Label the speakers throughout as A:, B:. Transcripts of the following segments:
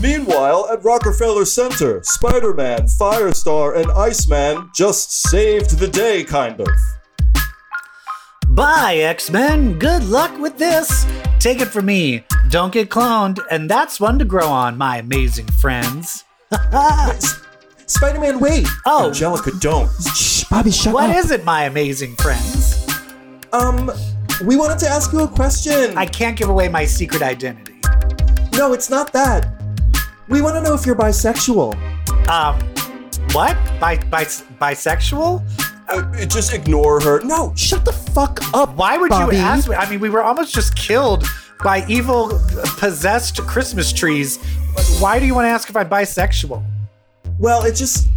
A: Meanwhile, at Rockefeller Center, Spider Man, Firestar, and Iceman just saved the day, kind of.
B: Bye, X Men. Good luck with this. Take it from me. Don't get cloned, and that's one to grow on, my amazing friends.
A: Spider Man, wait!
B: Oh.
A: Angelica, don't.
C: Shh, Bobby, shut
B: What
C: up.
B: is it, my amazing friends?
A: Um, we wanted to ask you a question.
B: I can't give away my secret identity.
A: No, it's not that. We want to know if you're bisexual.
B: Um, what? Bi- bi- bisexual?
A: Uh, just ignore her. No,
C: Shut the fuck up.
B: Why would
C: Bobby.
B: you ask me? I mean, we were almost just killed by evil uh, possessed Christmas trees. Why do you want to ask if I'm bisexual?
A: Well, it just.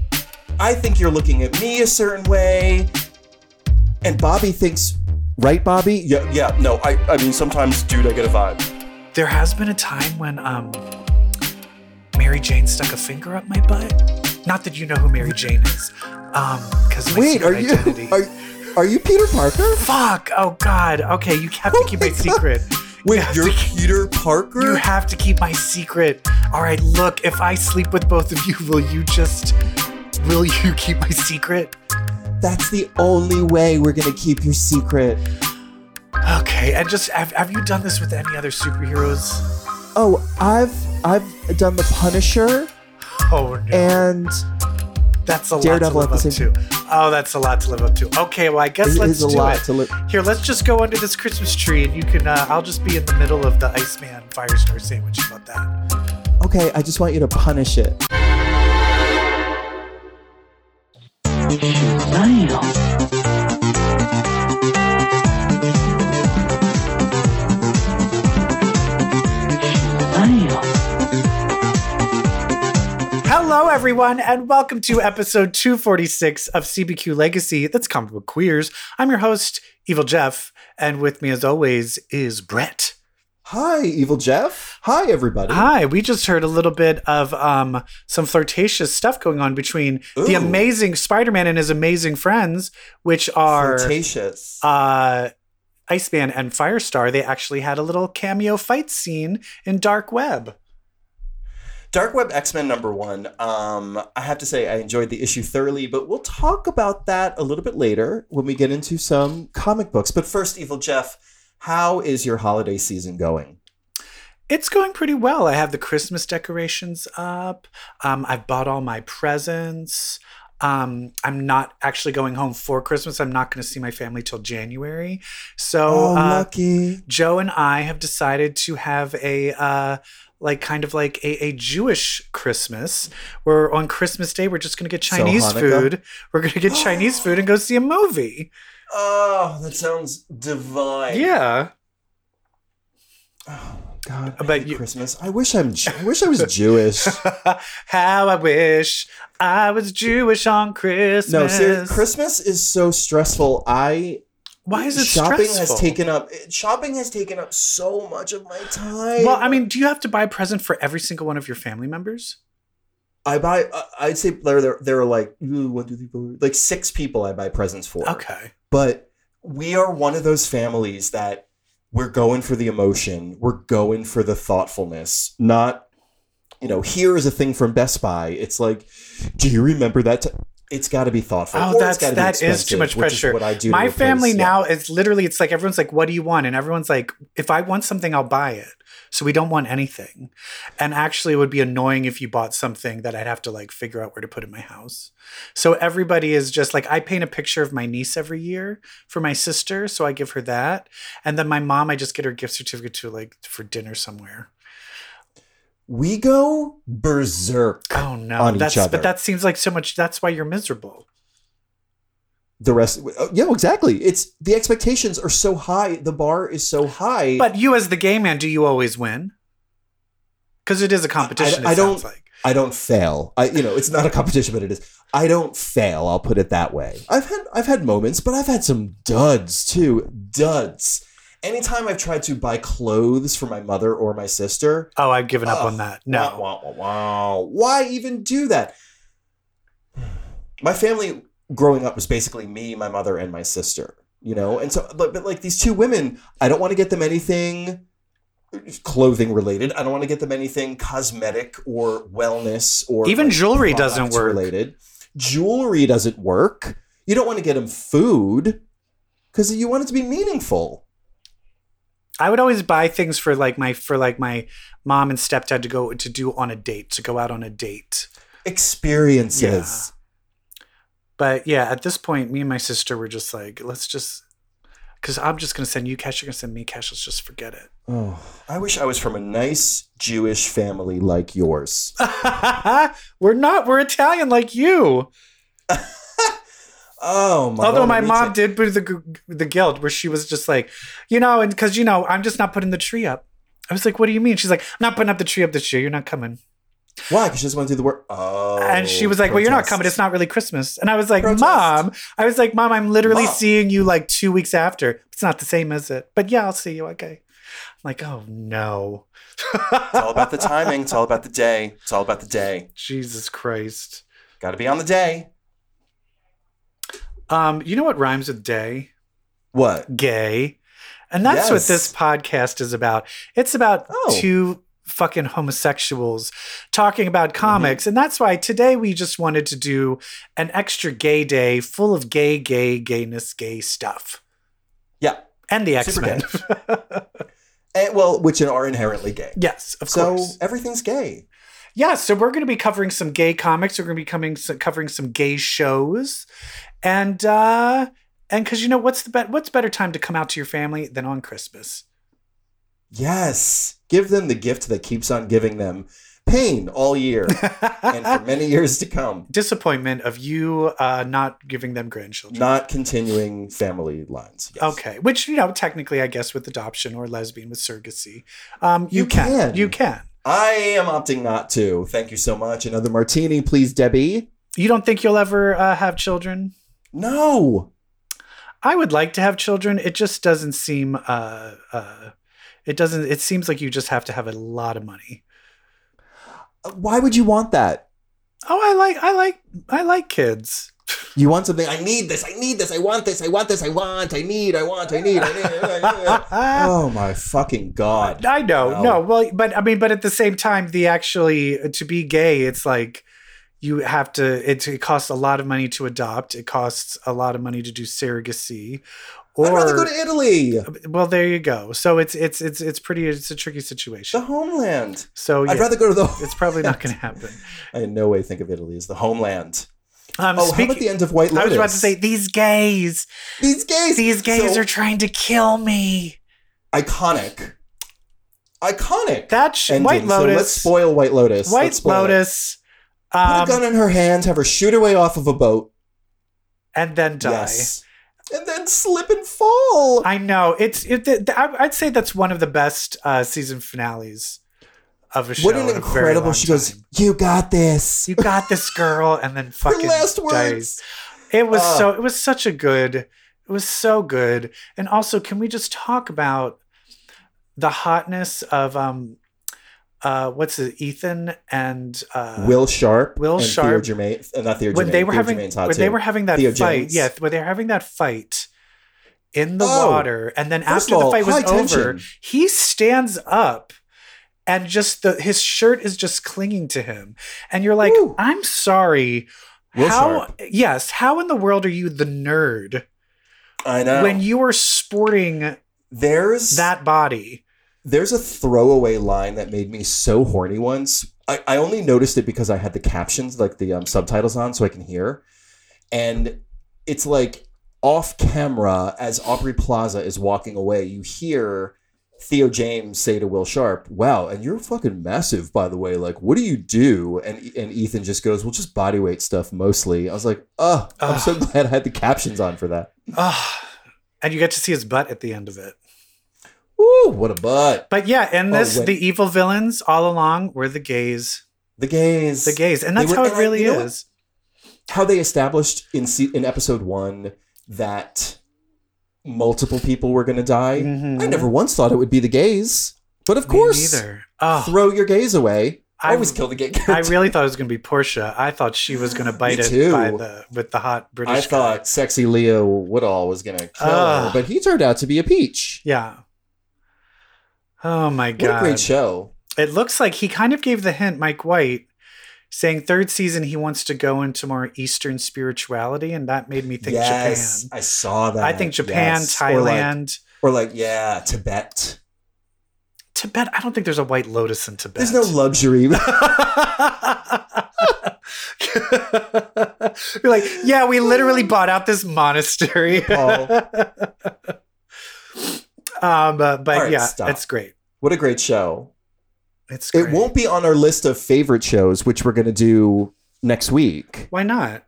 A: I think you're looking at me a certain way. And Bobby thinks.
C: Right, Bobby?
A: Yeah, yeah, no, I, I mean, sometimes, dude, I get a vibe.
B: There has been a time when um Mary Jane stuck a finger up my butt. Not that you know who Mary Jane is. Um, because my
C: Wait, are
B: secret
C: you
B: identity.
C: are, are you Peter Parker?
B: Fuck! Oh God! Okay, you have to
C: Oh
B: keep
C: my
B: my,
C: God.
B: secret.
A: Wait,
B: you have
A: you're
B: to keep-
A: Peter Parker?
B: you have to keep my secret. All right, look. If I sleep with both of you, will you just? Will you keep my secret?
C: That's the only way we're gonna keep your secret.
B: Okay, and just have, have you done this with any other superheroes?
C: Oh, I've I've done the Punisher
B: Oh no,
C: and
B: that's a lot to
C: Daredevil
B: live
C: at
B: up
C: the
B: to.
C: same-
B: Oh, that's a lot to live up to. Okay, well I guess
C: it
B: let's
C: is a
B: do
C: lot
B: it.
C: to live.
B: Here, let's just go under this Christmas tree, and you can. Uh, I'll just be in the middle of the Iceman Firestar sandwich. How About that.
C: Okay, I just want you to punish it.
B: Hello, everyone, and welcome to episode 246 of CBQ Legacy. That's Comic Book Queers. I'm your host, Evil Jeff, and with me, as always, is Brett.
C: Hi, Evil Jeff. Hi, everybody.
B: Hi, we just heard a little bit of um, some flirtatious stuff going on between the
A: Ooh.
B: amazing Spider-Man and his amazing friends, which are
A: flirtatious.
B: uh, Iceman and Firestar. They actually had a little cameo fight scene in Dark Web.
A: Dark Web X Men number one. Um, I have to say, I enjoyed the issue thoroughly, but we'll talk about that a little bit later when we get into some comic books. But first, Evil Jeff, how is your holiday season going?
B: It's going pretty well. I have the Christmas decorations up. Um, I've bought all my presents. Um, I'm not actually going home for Christmas. I'm not going to see my family till January. So
C: Oh,
B: uh,
C: lucky.
B: Joe and I have decided to have a uh, like kind of like a, a Jewish Christmas. Where on Christmas Day we're just gonna get
A: So
B: Chinese
A: Hanukkah?
B: food. We're gonna get Chinese food and go see a movie.
A: Oh, that sounds divine.
B: Yeah.
C: God,
B: About
C: about
B: you-
C: Christmas. I wish I'm. Ju- I wish I was Jewish.
B: How I wish I was Jewish on Christmas.
C: No,
A: Ser- Christmas is so stressful. I
B: Why is it
A: shopping
B: stressful?
A: has taken up shopping has taken up so much of my time.
B: Well, I mean, do you have to buy a present for every single one of your family members?
A: I buy. I- I'd say there there, there are like ooh, one, two, three, four, like six people I buy presents for.
B: Okay.
A: but we are one of those families that we're going for the emotion, we're going for the thoughtfulness, not you know, here is a thing from Best Buy. It's like, do you remember that? T-? It's got to be thoughtful.
B: Oh,
A: or it's
B: that's
A: gotta be
B: that is too
A: expensive,
B: much
A: which is
B: pressure.
A: what I do. to
B: My
A: replace-
B: family
A: yeah.
B: now is literally it's like everyone's like, "What do you want?" and everyone's like, "If I want something, I'll buy it." So we don't want anything. And actually, it would be annoying if you bought something that I'd have to like figure out where to put in my house. So everybody is just like, I paint a picture of my niece every year for my sister, so I give her that, and then my mom, I just get her gift certificate to like for dinner somewhere.
A: we go berserk
B: Oh no,
A: on
B: that's
A: each other.
B: but that seems like so much. That's why you're miserable.
A: the rest. oh, Yeah, exactly. It's the expectations are so high. The bar is so high.
B: But you, as the gay man, do you always win? Because it is a competition.
A: I
B: it
A: don't-
B: sounds like.
A: I don't fail. I you know, it's not a competition, but it is. I don't fail, I'll put it that way. I've had I've had moments, but I've had some duds too. Duds. Anytime I've tried to buy clothes for my mother or my sister,
B: Oh, I've given up
A: Ugh.
B: on that. No.
A: Wow, wow, wow, wow. Why even do that? My family growing up was basically me, my mother, and my sister. You know, and so but, but like these two women, I don't want to get them anything. clothing related. I don't want to get them anything cosmetic or wellness or
B: Even
A: like,
B: jewelry doesn't
A: products
B: work.
A: Related jewelry doesn't work. You don't want to get them food because you want it to be meaningful.
B: I would always buy things for like my for like my mom and stepdad to go to do on a date to go out on a date.
A: Experiences.
B: But yeah, at this point, me and my sister were just like, let's just, because I'm just gonna send you cash, you're gonna send me cash. Let's just forget it.
A: Oh, I wish I was from a nice Jewish family like yours.
B: we're not. We're Italian like you.
A: Oh my!
B: Although
A: Lord,
B: my
A: we
B: mom
A: ta-
B: did do the g- the guilt where she was just like, you know, and because you know, I'm just not putting the tree up. I was like, what do you mean? She's like, I'm not putting up the tree up this year. You're not coming.
A: why? Because she just went through the work. Oh,
B: and she was like, well, you're not coming. It's
A: protests.
B: not really Christmas. And I was like,
A: Protest.
B: mom. I was like, mom, I'm literally
A: Mom.
B: seeing you like two weeks after. It's not the same, is it? But yeah, I'll see you. Okay. I'm like, oh no.
A: it's all about the timing. It's all about the day. It's all about the day.
B: Jesus Christ.
A: Got to be on the day.
B: Um, you know what rhymes with day?
A: What?
B: gay. And that's what
A: Yes.
B: this podcast is about. It's about
A: Oh.
B: two fucking homosexuals talking
A: Mm-hmm.
B: about comics. And that's why today we just wanted to do an extra gay day full of gay, gay, gayness, gay stuff.
A: Yeah.
B: And the X
A: Super
B: Men.
A: And, Eh, well, which are inherently gay.
B: yes, of
A: so
B: course.
A: everything's gay.
B: Yeah, so we're going to be covering some gay comics. We're going to be coming covering some gay shows, and uh, and because you know what's the bet what's better time to come out to your family than on Christmas?
A: Yes. Give them the gift that keeps on giving them pain all year and for many years to come.
B: disappointment of you uh, not giving them grandchildren.
A: Not continuing family lines. Yes.
B: Okay, which you know, technically, I guess with adoption or lesbian with surrogacy, um, you,
A: You
B: can.
A: can.
B: you can.
A: I am opting not to. Thank you so much. Another martini, please, Debbie.
B: You don't think you'll ever uh, have children?
A: No.
B: I would like to have children. It just doesn't seem. Uh, uh, it doesn't. It seems like you just have to have a lot of money.
A: Uh, Why would you want that?
B: Oh, I like. I like. I like kids.
A: You want something? I need this. I need this. I want this. I want this. I want. I need. I want. I need. I need. I need. oh my fucking god.
B: I know,
A: No.
B: no, well, but I mean, but at the same time, the actually to be gay, it's like you have to. It, it costs a lot of money to adopt. It costs a lot of money to do surrogacy. Or uh,
A: I'd rather go to Italy,
B: well, there you go. So it's it's it's it's pretty. It's a tricky
A: the
B: situation.
A: homeland.
B: So Oh, yeah,
A: Oh, I'd rather go to the.
B: it's probably not going to happen.
A: I in no way think of Italy as the homeland.
B: Um,
A: Oh, how
B: speaking,
A: about the end of White Lotus?
B: I was about to say these gays.
A: these gays.
B: These gays
A: So,
B: are trying to kill me.
A: iconic. Iconic.
B: That sh-
A: ending.
B: White
A: So let's
B: Lotus.
A: spoil White Lotus.
B: White
A: Let's spoil it.
B: Lotus.
A: Put a
B: Um,
A: gun in her hand. Have her shoot her way off of a boat.
B: and then die.
A: Yes. And then slip and fall.
B: I know it's it. th- th- I- I'd say that's one of the best uh, season finales of a show.
A: what an
B: in a very
A: incredible!
B: long
A: She goes,
B: time.
A: "You got this."
B: "You got this, girl," and then
A: Her
B: fucking
A: last
B: dies.
A: words.
B: It was
A: Ah.
B: so. It was such a good. It was so good. And also, can we just talk about the hotness of um, uh, what's it, Ethan and uh,
A: Will Sharp.
B: Will
A: and
B: Sharp.
A: Theo Germain, uh, not Theo Germain.
B: when they were
A: Theo
B: having
A: Germain's hot
B: when they
A: too.
B: were having that
A: Theo
B: fight,
A: James.
B: yeah, when they were having that fight in the
A: Oh.
B: water, and then
A: First
B: after
A: of
B: the
A: all,
B: fight
A: high
B: was over,
A: tension.
B: he stands up and just the his shirt is just clinging to him, and you're like,
A: Woo.
B: I'm sorry.
A: Will
B: how
A: Sharp.
B: yes, how in the world are you the nerd
A: I know.
B: when you are sporting
A: there's
B: that body?
A: There's a throwaway line that made me so horny once. I, I only noticed it because I had the captions, like the um, subtitles on, so I can hear. And it's like off camera, as Aubrey Plaza is walking away, you hear Theo James say to Will Sharp, Wow, and you're fucking massive, by the way. Like, what do you do? And, and Ethan just goes, Well, just body weight stuff mostly. I was like, Oh, I'm so glad I had the captions on for that.
B: Ugh. And you get to see his butt at the end of it.
A: Woo, what a butt.
B: But yeah, in
A: Oh,
B: this,
A: wait.
B: the evil villains all along were the gays.
A: The gays.
B: the gays, and
A: They
B: that's
A: were-
B: how it
A: and I-
B: really
A: you know what?
B: is.
A: how they established in se- in episode one that multiple people were going to die.
B: Mhm.
A: I never once thought it would be the gays, but of
B: Me
A: course,
B: neither. Oh,
A: throw your gays away.
B: I-
A: I always kill the gay character.
B: I really thought it was gonna be Portia. I thought she was gonna bite
A: Me
B: it
A: too.
B: by the with the hot British.
A: I
B: guy.
A: thought sexy Leo Woodall was going to kill
B: Ah.
A: her, but he turned out to be a peach.
B: yeah. Oh my
A: What a
B: god!
A: great show.
B: It looks like he kind of gave the hint, Mike White, saying third season he wants to go into more Eastern spirituality, and that made me think
A: yes,
B: Japan.
A: I saw that.
B: I think Japan,
A: yes.
B: Thailand,
A: or like, or like yeah, Tibet.
B: Tibet. I don't think there's a White Lotus in Tibet.
A: There's no luxury.
B: You're like, yeah, we literally bought out this monastery.
A: Paul.
B: um, uh, but
A: All right,
B: yeah,
A: stop.
B: it's great.
A: what a great show.
B: It's great.
A: It won't be on our list of favorite shows, which we're gonna do next week
B: Why not?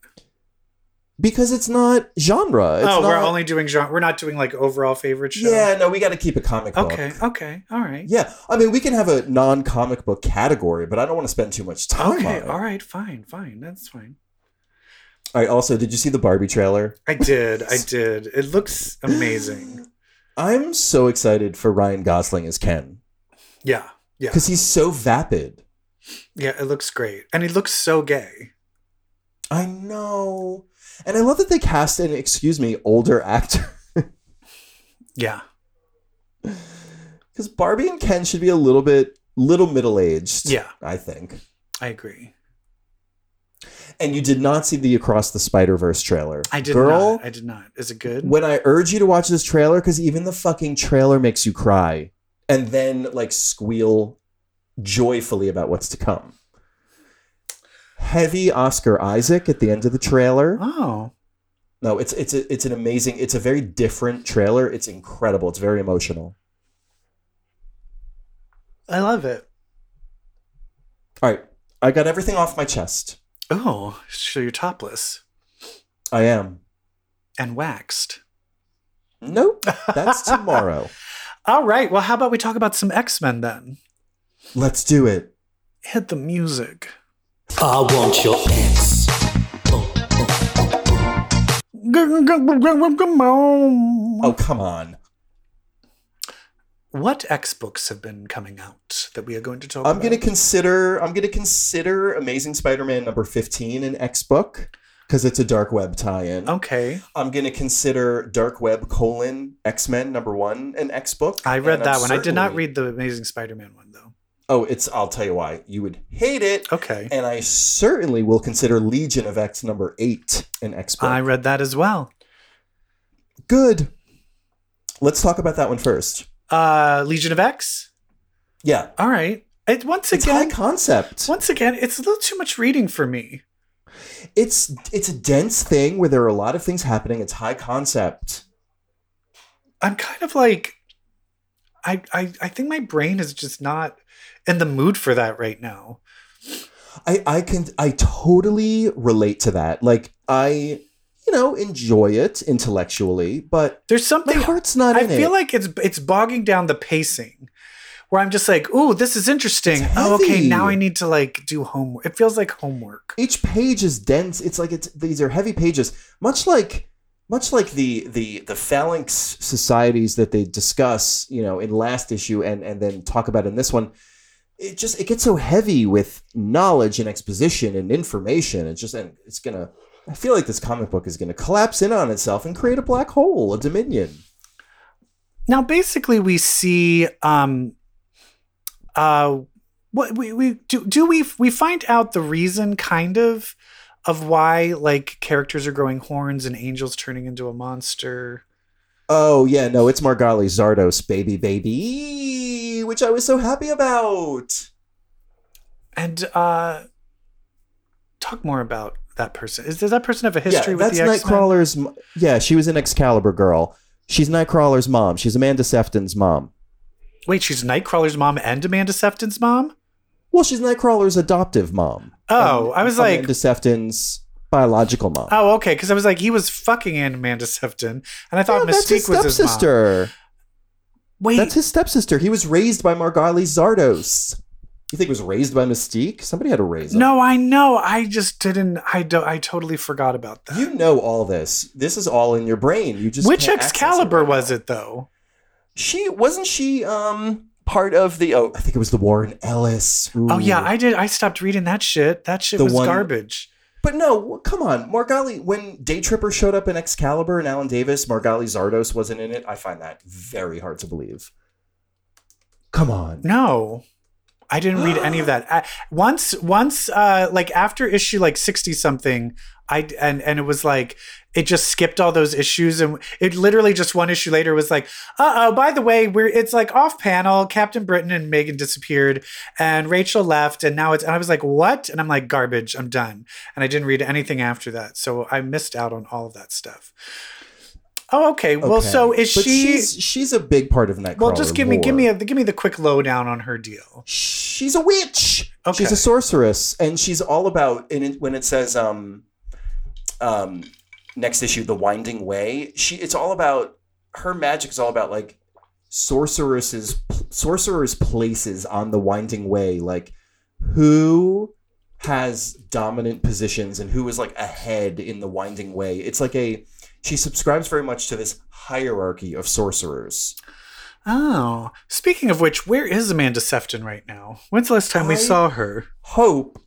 A: because it's not genre. It's
B: oh, we're
A: not-
B: only doing genre. We're not doing like overall favorite show.
A: Yeah, no, we got to keep a comic book.
B: Okay. Okay. All right.
A: Yeah, I mean, we can have a non-comic book category, but I don't want to spend too much time on
B: Okay.
A: it.
B: All right. Fine. Fine. That's fine.
A: All right. Also, did you see the Barbie trailer?
B: I did. I did. It looks amazing.
A: I'm so excited for Ryan Gosling as Ken
B: Yeah. Yeah.
A: because he's so vapid.
B: Yeah. It looks great, and he looks so gay.
A: I know, and I love that they cast an excuse me older actor
B: Yeah.
A: because Barbie and Ken should be a little bit little middle aged.
B: Yeah.
A: I think.
B: I agree.
A: And you did not see the Across the Spider Verse trailer,
B: I did
A: girl.
B: not. I did not. Is it good?
A: When I urge you to watch this trailer, because even the fucking trailer makes you cry, and then like squeal joyfully about what's to come. Heavy Oscar Isaac at the end of the trailer.
B: Oh.
A: No, it's it's a, it's an amazing. It's a very different trailer. It's incredible. It's very emotional.
B: I love it.
A: All right, I got everything off my chest.
B: Oh, so you're topless
A: I am.
B: and waxed.
A: Nope, that's tomorrow.
B: All right. Well, how about we talk about some X Men then?
A: Let's do it.
B: Hit the music.
D: I want your ex.
A: Oh come on.
B: What X books have been coming out that we are going to talk
A: I'm
B: about?
A: gonna consider I'm gonna consider Amazing Spider-Man number 15 an X book because it's a dark web tie-in.
B: Okay.
A: I'm gonna consider Dark Web colon X-Men number one an X book.
B: I read
A: and I'm
B: that one. I did not
A: certainly-
B: read the Amazing Spider Man one, though.
A: Oh, it's I'll tell you why. You would hate it.
B: Okay.
A: And I certainly will consider Legion of X number eight an X book.
B: I read that as well.
A: Good. Let's talk about that one first.
B: Uh, Legion of X?
A: Yeah.
B: All right. It, once
A: It's high
B: again,
A: concept.
B: once again, it's a little too much reading for me.
A: It's it's a dense thing where there are a lot of things happening. It's high concept.
B: I'm kind of like I, I I think my brain is just not in the mood for that right now.
A: I I can I totally relate to that. Like I you know enjoy it intellectually, but
B: There's
A: my
B: something
A: heart's not
B: I
A: in it.
B: feel like it's it's bogging down the pacing where I'm just like, "Ooh, this is interesting.
A: It's
B: Oh, okay,
A: heavy.
B: now I need to like do homework." It feels like homework.
A: each page is dense. It's like it's these are heavy pages, much like much like the the the phalanx societies that they discuss, you know, in last issue and and then talk about in this one. It just it gets so heavy with knowledge and exposition and information. It's just and it's gonna. I feel like this comic book is gonna collapse in on itself and create a black hole, a dominion.
B: Now, basically we see um uh what we, we do do we we find out the reason kind of of why like characters are growing horns and angels turning into a monster.
A: Oh yeah, no, it's Margali Zardos, baby, baby, which I was so happy about.
B: and uh talk more about that person is does that person have a history
A: yeah, that's
B: with the x-men
A: Nightcrawler's. m- Yeah, she was an Excalibur girl. She's Nightcrawler's mom. She's Amanda Sefton's mom.
B: wait she's nightcrawler's mom and amanda sefton's
A: Um,
B: mom
A: Well, she's Nightcrawler's adoptive mom.
B: oh
A: And
B: i was like
A: Amanda Sefton's biological mom.
B: oh okay because i was like he was fucking Aunt amanda sefton and i thought
A: Yeah, that's his
B: mystique was his mom
A: stepsister.
B: wait
A: That's his stepsister. He was raised by Margali Zardos. You think he was raised by Mystique? Somebody had to raise him.
B: no i know i just didn't i do, i totally forgot about that
A: You know all this. This is all in your brain. You just
B: which
A: can't access
B: excalibur
A: right now.
B: was it though
A: She wasn't she um part of the oh I think it was the Warren Ellis.
B: oh yeah
A: Ooh.
B: i did i stopped reading that shit that shit
A: The
B: was
A: one-
B: garbage
A: But no, w- come on, Margali. When Day Tripper showed up in Excalibur and Alan Davis, Margali Zardos wasn't in it. I find that very hard to believe. Come on.
B: No, I didn't read any of that. I, once, once, uh, like after issue like sixty something, I and and it was like it just skipped all those issues, and it literally just one issue later was like, uh oh, by the way, we're it's like off panel. Captain Britain and Megan disappeared, and Rachel left, and now it's and I was like, what? And I'm like, garbage. I'm done, and I didn't read anything after that, so I missed out on all of that stuff. Oh, okay. Well,
A: Okay.
B: so is
A: But
B: she?
A: she's she's a big part of Nightcrawler.
B: Well, just give me give
A: lore.
B: me a, give me the quick lowdown on her deal.
A: she's a witch.
B: Okay.
A: She's a sorceress, and she's all about. And it, when it says, um, um, next issue, the Winding Way, she it's all about her magic is all about like sorceresses, sorcerers' places on the Winding Way, like who has dominant positions and who is like ahead in the Winding Way. It's like a she subscribes very much to this hierarchy of sorcerers.
B: Oh, speaking of which, where is Amanda Sefton right now? When's the last time we
A: I-
B: saw her?
A: hope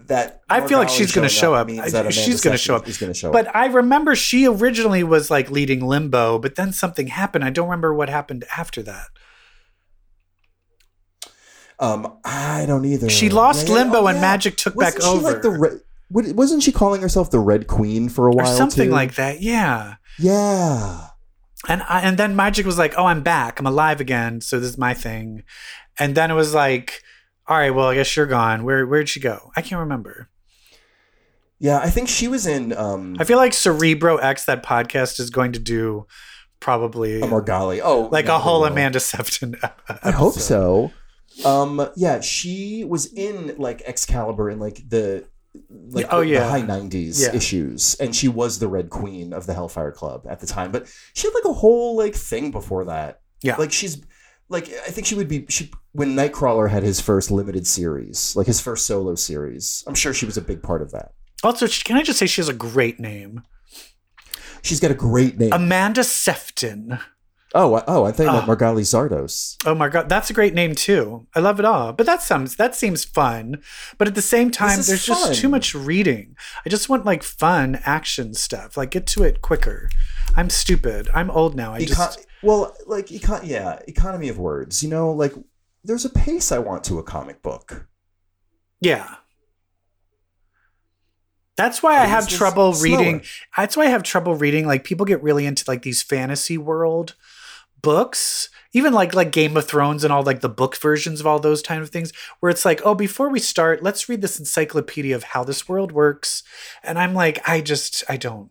A: that
B: I feel like
A: Margaux
B: she's gonna
A: showing
B: show up. I-
A: means that
B: she's gonna show up.
A: She's going to show up.
B: But I remember she originally was like leading Limbo, but then something happened. I don't remember what happened after that.
A: But um, I don't either.
B: She lost
A: Yeah,
B: Limbo
A: oh,
B: and
A: yeah.
B: Magic took
A: Wasn't
B: back
A: she
B: over.
A: Like the Red- what- wasn't she calling herself the Red Queen for a
B: or
A: while
B: something
A: too?
B: like that. Yeah.
A: Yeah.
B: And I, and then Magic was like, "Oh, I'm back. I'm alive again. So this is my thing." And then it was like, "All right, well, I guess you're gone. Where where'd she go? I can't remember."
A: Yeah, I think she was in um
B: I feel like Cerebro X, that podcast, is going to do probably
A: a Margali. Oh,
B: like
A: no,
B: a whole
A: no.
B: Amanda Sefton.
A: I hope so. Um, yeah, she was in like Excalibur in like the like
B: Oh,
A: the- the
B: yeah.
A: high nineties
B: Yeah.
A: issues, and she was the Red Queen of the Hellfire Club at the time. But she had like a whole like thing before that.
B: Yeah.
A: like she's like I think she would be she when Nightcrawler had his first limited series, like his first solo series. I'm sure she was a big part of that.
B: Also, sh- can I just say she has a great name,
A: She's got a great name.
B: Amanda Sefton.
A: oh, I- oh, I'm thinking about
B: Ah.
A: Margali Zardos.
B: Oh my god, that's a great name too. I love it all, but that sounds that seems fun. But at the same time,
A: is
B: there's
A: fun.
B: just too much reading. I just want like fun action stuff. Like get to it quicker. I'm stupid. I'm old now. I
A: Econ-
B: just
A: well, like econ- yeah, economy of words. You know, like there's a pace I want to a comic book.
B: Yeah. That's why I
A: Like,
B: have
A: it's just
B: trouble reading.
A: slower.
B: That's why I have trouble reading. Like people get really into like these fantasy world books, even like like Game of Thrones and all like the book versions of all those kind of things, where it's like, oh, before we start, let's read this encyclopedia of how this world works. And I'm like, I just I don't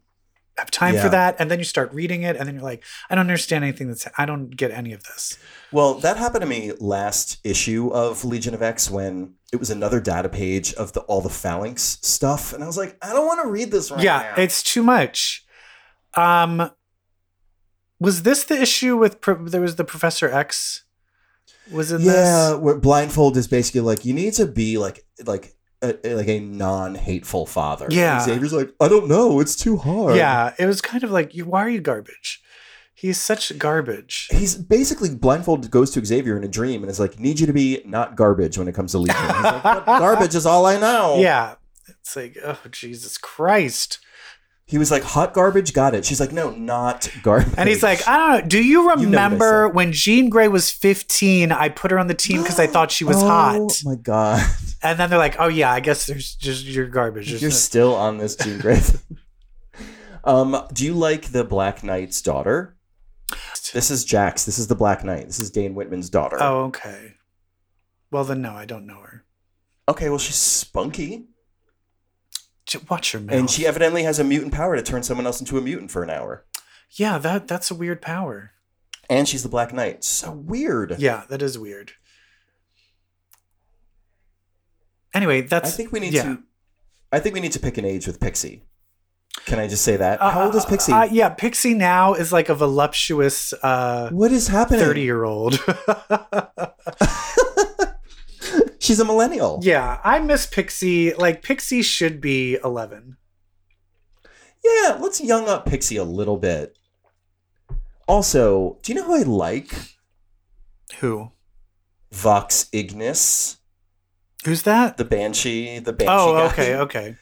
B: have time for
A: Yeah.
B: that. And then you start reading it, and then you're like, I don't understand anything that's I don't get any of this.
A: Well, that happened to me last issue of Legion of X when it was another data page of the all the phalanx stuff, and I was like, I don't want to read this right
B: yeah,
A: now.
B: it's too much. Um, was this the issue with pro- there was the Professor X? Was in
A: yeah,
B: this?
A: where blindfold is basically like you need to be like like a, like a non hateful father. And
B: Yeah.
A: Xavier's like, I don't know, it's too hard.
B: Yeah, it was kind of like, you, why are you garbage? He's such garbage.
A: He's basically blindfold goes to Xavier in a dream and is like, need you to be not garbage when it comes to Legion. He's like, "But garbage is all I know.
B: Yeah, it's like, oh Jesus Christ!
A: He was like, hot garbage, got it. She's like, no, not garbage.
B: And he's like, I don't know. Do you
A: what I
B: remember
A: said.
B: when Jean Grey was fifteen? I put her on the team because I thought she was
A: Oh
B: hot.
A: my god.
B: And then they're like, oh yeah, I guess there's just you're garbage. There's
A: You're
B: no-
A: still on this Jean Grey. thing. um, do you like the Black Knight's daughter? This is Jax. This is the Black Knight. This is Dane Whitman's daughter.
B: oh okay. Well then, no, I don't know her.
A: Okay, well she's spunky,
B: J- Watch your mouth.
A: and she evidently has a mutant power to turn someone else into a mutant for an hour.
B: Yeah, that that's a weird power.
A: And she's the Black Knight. So weird.
B: Yeah, that is weird. Anyway, that's
A: I think we need
B: yeah.
A: to. I think we need to pick an age with Pixie. Can I just say that?
B: Uh,
A: How old is Pixie?
B: uh, yeah, Pixie now is like a voluptuous uh
A: what is happening?
B: 30 year old.
A: She's a millennial.
B: yeah, I miss Pixie. Like Pixie should be 11.
A: Yeah, let's young up Pixie a little bit. Also, do you know who I like?
B: Who?
A: Vox Ignis,
B: Who's that?
A: the Banshee, the Banshee.
B: oh,
A: guy.
B: okay, okay.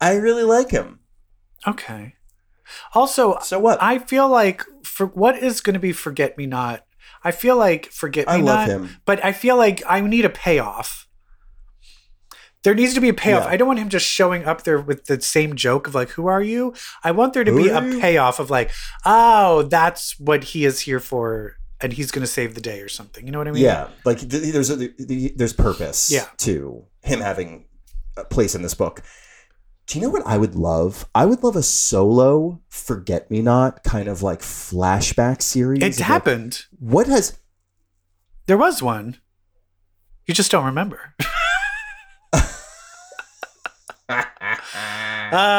A: I really like him.
B: Okay. Also,
A: So what?
B: I feel like for what is going to be Forget Me Not? I feel like forget me
A: I love
B: not,
A: him.
B: but I feel like I need a payoff. There needs to be a payoff.
A: Yeah.
B: I don't want him just showing up there with the same joke of like, "Who are you?" I want there to
A: Who
B: be
A: are
B: a
A: you?
B: payoff of like, "Oh, that's what he is here for, and he's going to save the day or something." You know what I mean?
A: yeah, like th- there's a, the, there's purpose
B: Yeah.
A: to him having a place in this book. Do you know what I would love? I would love a solo forget me not kind of like flashback series.
B: it
A: of, like,
B: happened.
A: What has
B: There was one. You just don't remember.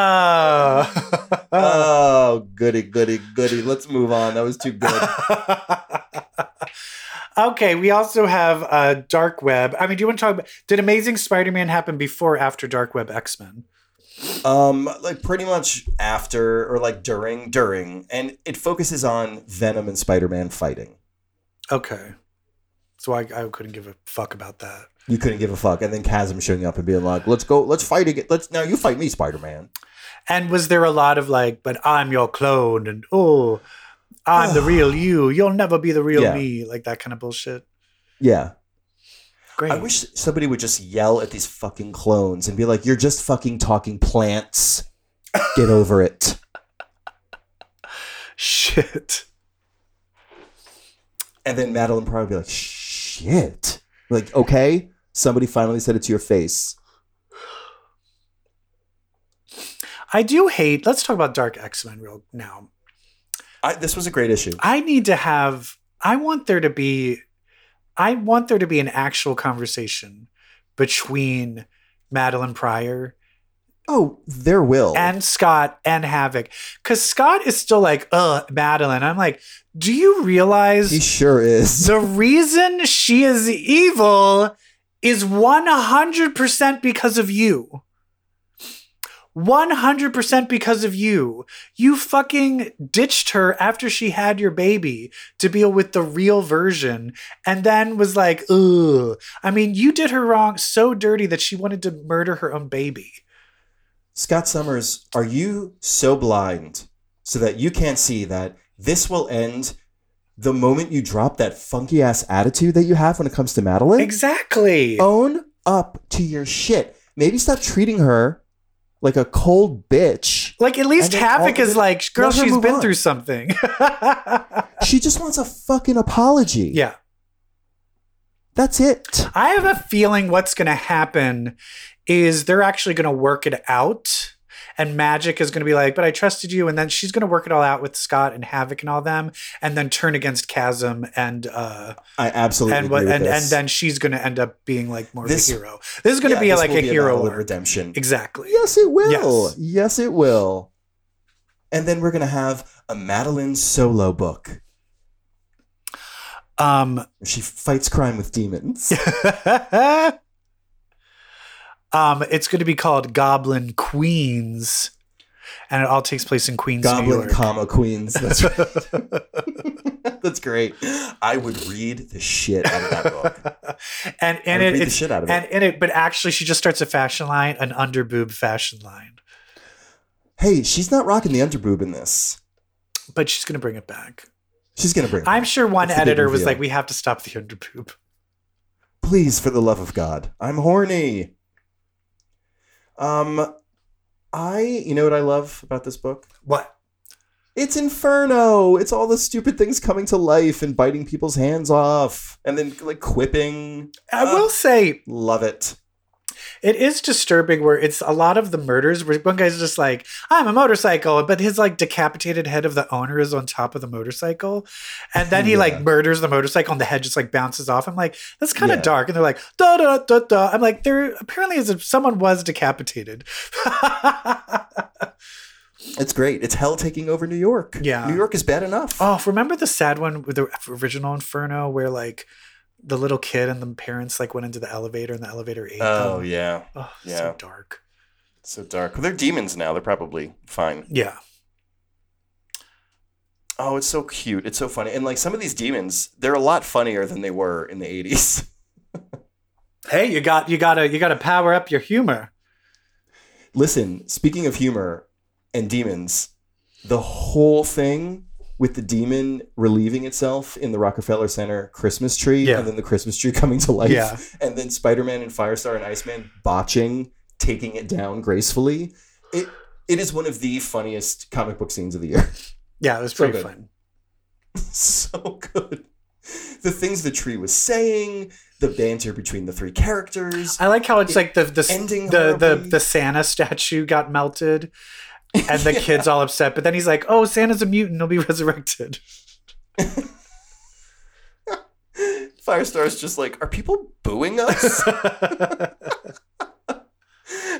B: oh.
A: Oh, goody, goody, goody. Let's move on. That was too good.
B: okay, we also have uh, Dark Web. I mean, do you want to talk about did Amazing Spider-Man happen before or after Dark Web X-Men?
A: um, like pretty much after or like during, during, and it focuses on Venom and Spider-Man fighting.
B: Okay. So I, I couldn't give a fuck about that.
A: You couldn't give a fuck, and then Chasm showing up and being like, "Let's go, let's fight again. Let's now you fight me, Spider-Man."
B: And was there a lot of like, but I'm your clone and oh, I'm the real you. You'll never be the real
A: Yeah.
B: me. Like that kind of bullshit.
A: Yeah,
B: Great.
A: I wish somebody would just yell at these fucking clones and be like, "You're just fucking talking plants. Get over it."
B: Shit.
A: And then Madeline Pryor would be like, shit. Like, okay, somebody finally said it to your face.
B: I do hate. Let's talk about Dark X Men real now.
A: I, this was a great issue.
B: I need to have I want there to be I want there to be an actual conversation between Madeline Pryor
A: Oh, there will.
B: and Scott and Havoc. Cause Scott is still like, uh, Madeline. I'm like, do you
A: he
B: realize
A: sure is.
B: the reason she is evil is 100% because of you. 100% because of you. You fucking ditched her after she had your baby to deal with the real version and then was like, ugh. I mean, you did her wrong so dirty that she wanted to murder her own baby.
A: Scott Summers, are you so blind so that you can't see that this will end the moment you drop that funky ass attitude that you have when it comes to Madeline?
B: Exactly.
A: Own up to your shit. Maybe stop treating her like a cold bitch.
B: Like, at least
A: And then
B: Havoc
A: all-
B: is like, girl,
A: let her
B: she's
A: move
B: been
A: on."
B: through something.
A: She just wants a fucking apology.
B: yeah.
A: That's it.
B: I have a feeling what's going to happen is they're actually going to work it out. And Magic is going to be like, but I trusted you. And then she's going to work it all out with Scott and Havoc and all them, and then turn against Chasm and uh,
A: I absolutely
B: and what
A: agree with
B: and, and
A: this.
B: then she's going to end up being like more
A: This-
B: of a hero. This is going
A: Yeah,
B: to be
A: this
B: like
A: will
B: a hero
A: battle of
B: arc.
A: redemption.
B: Exactly.
A: Yes, it will.
B: Yes.
A: Yes. it will. And then we're gonna have a Madeline solo book.
B: Um,
A: She fights crime with demons.
B: um, it's going to be called Goblin Queens, and it all takes place in Queens, New
A: Goblin
B: York.
A: comma queens. That's right. That's great. I would read the shit out of that book.
B: and
A: I
B: and
A: would
B: it,
A: read the
B: it's
A: shit out of
B: and
A: it.
B: in it, but actually, she just starts a fashion line, an underboob fashion line.
A: Hey, she's not rocking the underboob in this.
B: But she's gonna bring it back.
A: She's gonna bring. it.
B: I'm sure one
A: It's the big
B: editor was
A: reveal.
B: like, "We have to stop the underboob."
A: please for the love of god i'm horny um i you know what i love about this book
B: What?
A: it's inferno it's all the stupid things coming to life and biting people's hands off and then like quipping
B: I
A: Uh,
B: will say
A: love it
B: it is disturbing where it's a lot of the murders where one guy's just like, I'm a motorcycle, but his like decapitated head of the owner is on top of the motorcycle. And then he
A: Yeah.
B: like murders the motorcycle and the head just like bounces off. I'm like, that's kind of
A: Yeah.
B: dark. And they're like, da da da da. I'm like, there apparently is a, someone was decapitated.
A: it's great it's hell taking over new york
B: Yeah.
A: new york is bad enough
B: Oh, remember the sad one with the original Inferno where like the little kid and the parents like went into the elevator and the elevator ate them?
A: yeah
B: Oh,
A: Yeah.
B: so dark.
A: so dark they're demons now they're probably fine
B: Yeah.
A: oh it's so cute it's so funny and like some of these demons they're a lot funnier than they were in the 80s
B: Hey, you got you gotta you gotta power up your humor.
A: Listen, speaking of humor and demons, the whole thing with the demon relieving itself in the Rockefeller Center Christmas tree,
B: Yeah.
A: and then the Christmas tree coming to life,
B: Yeah.
A: and then Spider Man and Firestar and Iceman botching taking it down gracefully. It it is one of the funniest comic book scenes of the year.
B: Yeah, it was
A: So
B: pretty
A: good.
B: fun.
A: so good. The things the tree was saying, the banter between the three characters.
B: I like how it's like the the
A: Ending
B: the, the
A: horribly.
B: the Santa statue got melted, and the kid's all upset. But then he's like, "Oh, Santa's a mutant; he'll be resurrected."
A: Firestar's just like, are people booing us?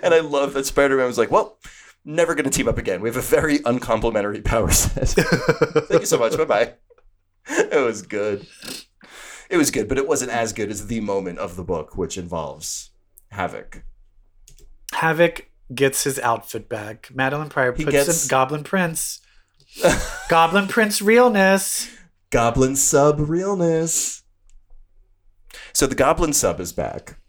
A: and I love that Spider Man was like, well, never going to team up again. We have a very uncomplimentary power set. Thank you so much. Bye bye. It was good. It was good, but it wasn't as good as the moment of the book, which involves Havoc.
B: Havoc gets his outfit back. Madeline Pryor
A: He
B: puts
A: gets-
B: him Goblin Prince. Goblin Prince realness.
A: Goblin sub realness. So the goblin sub is back.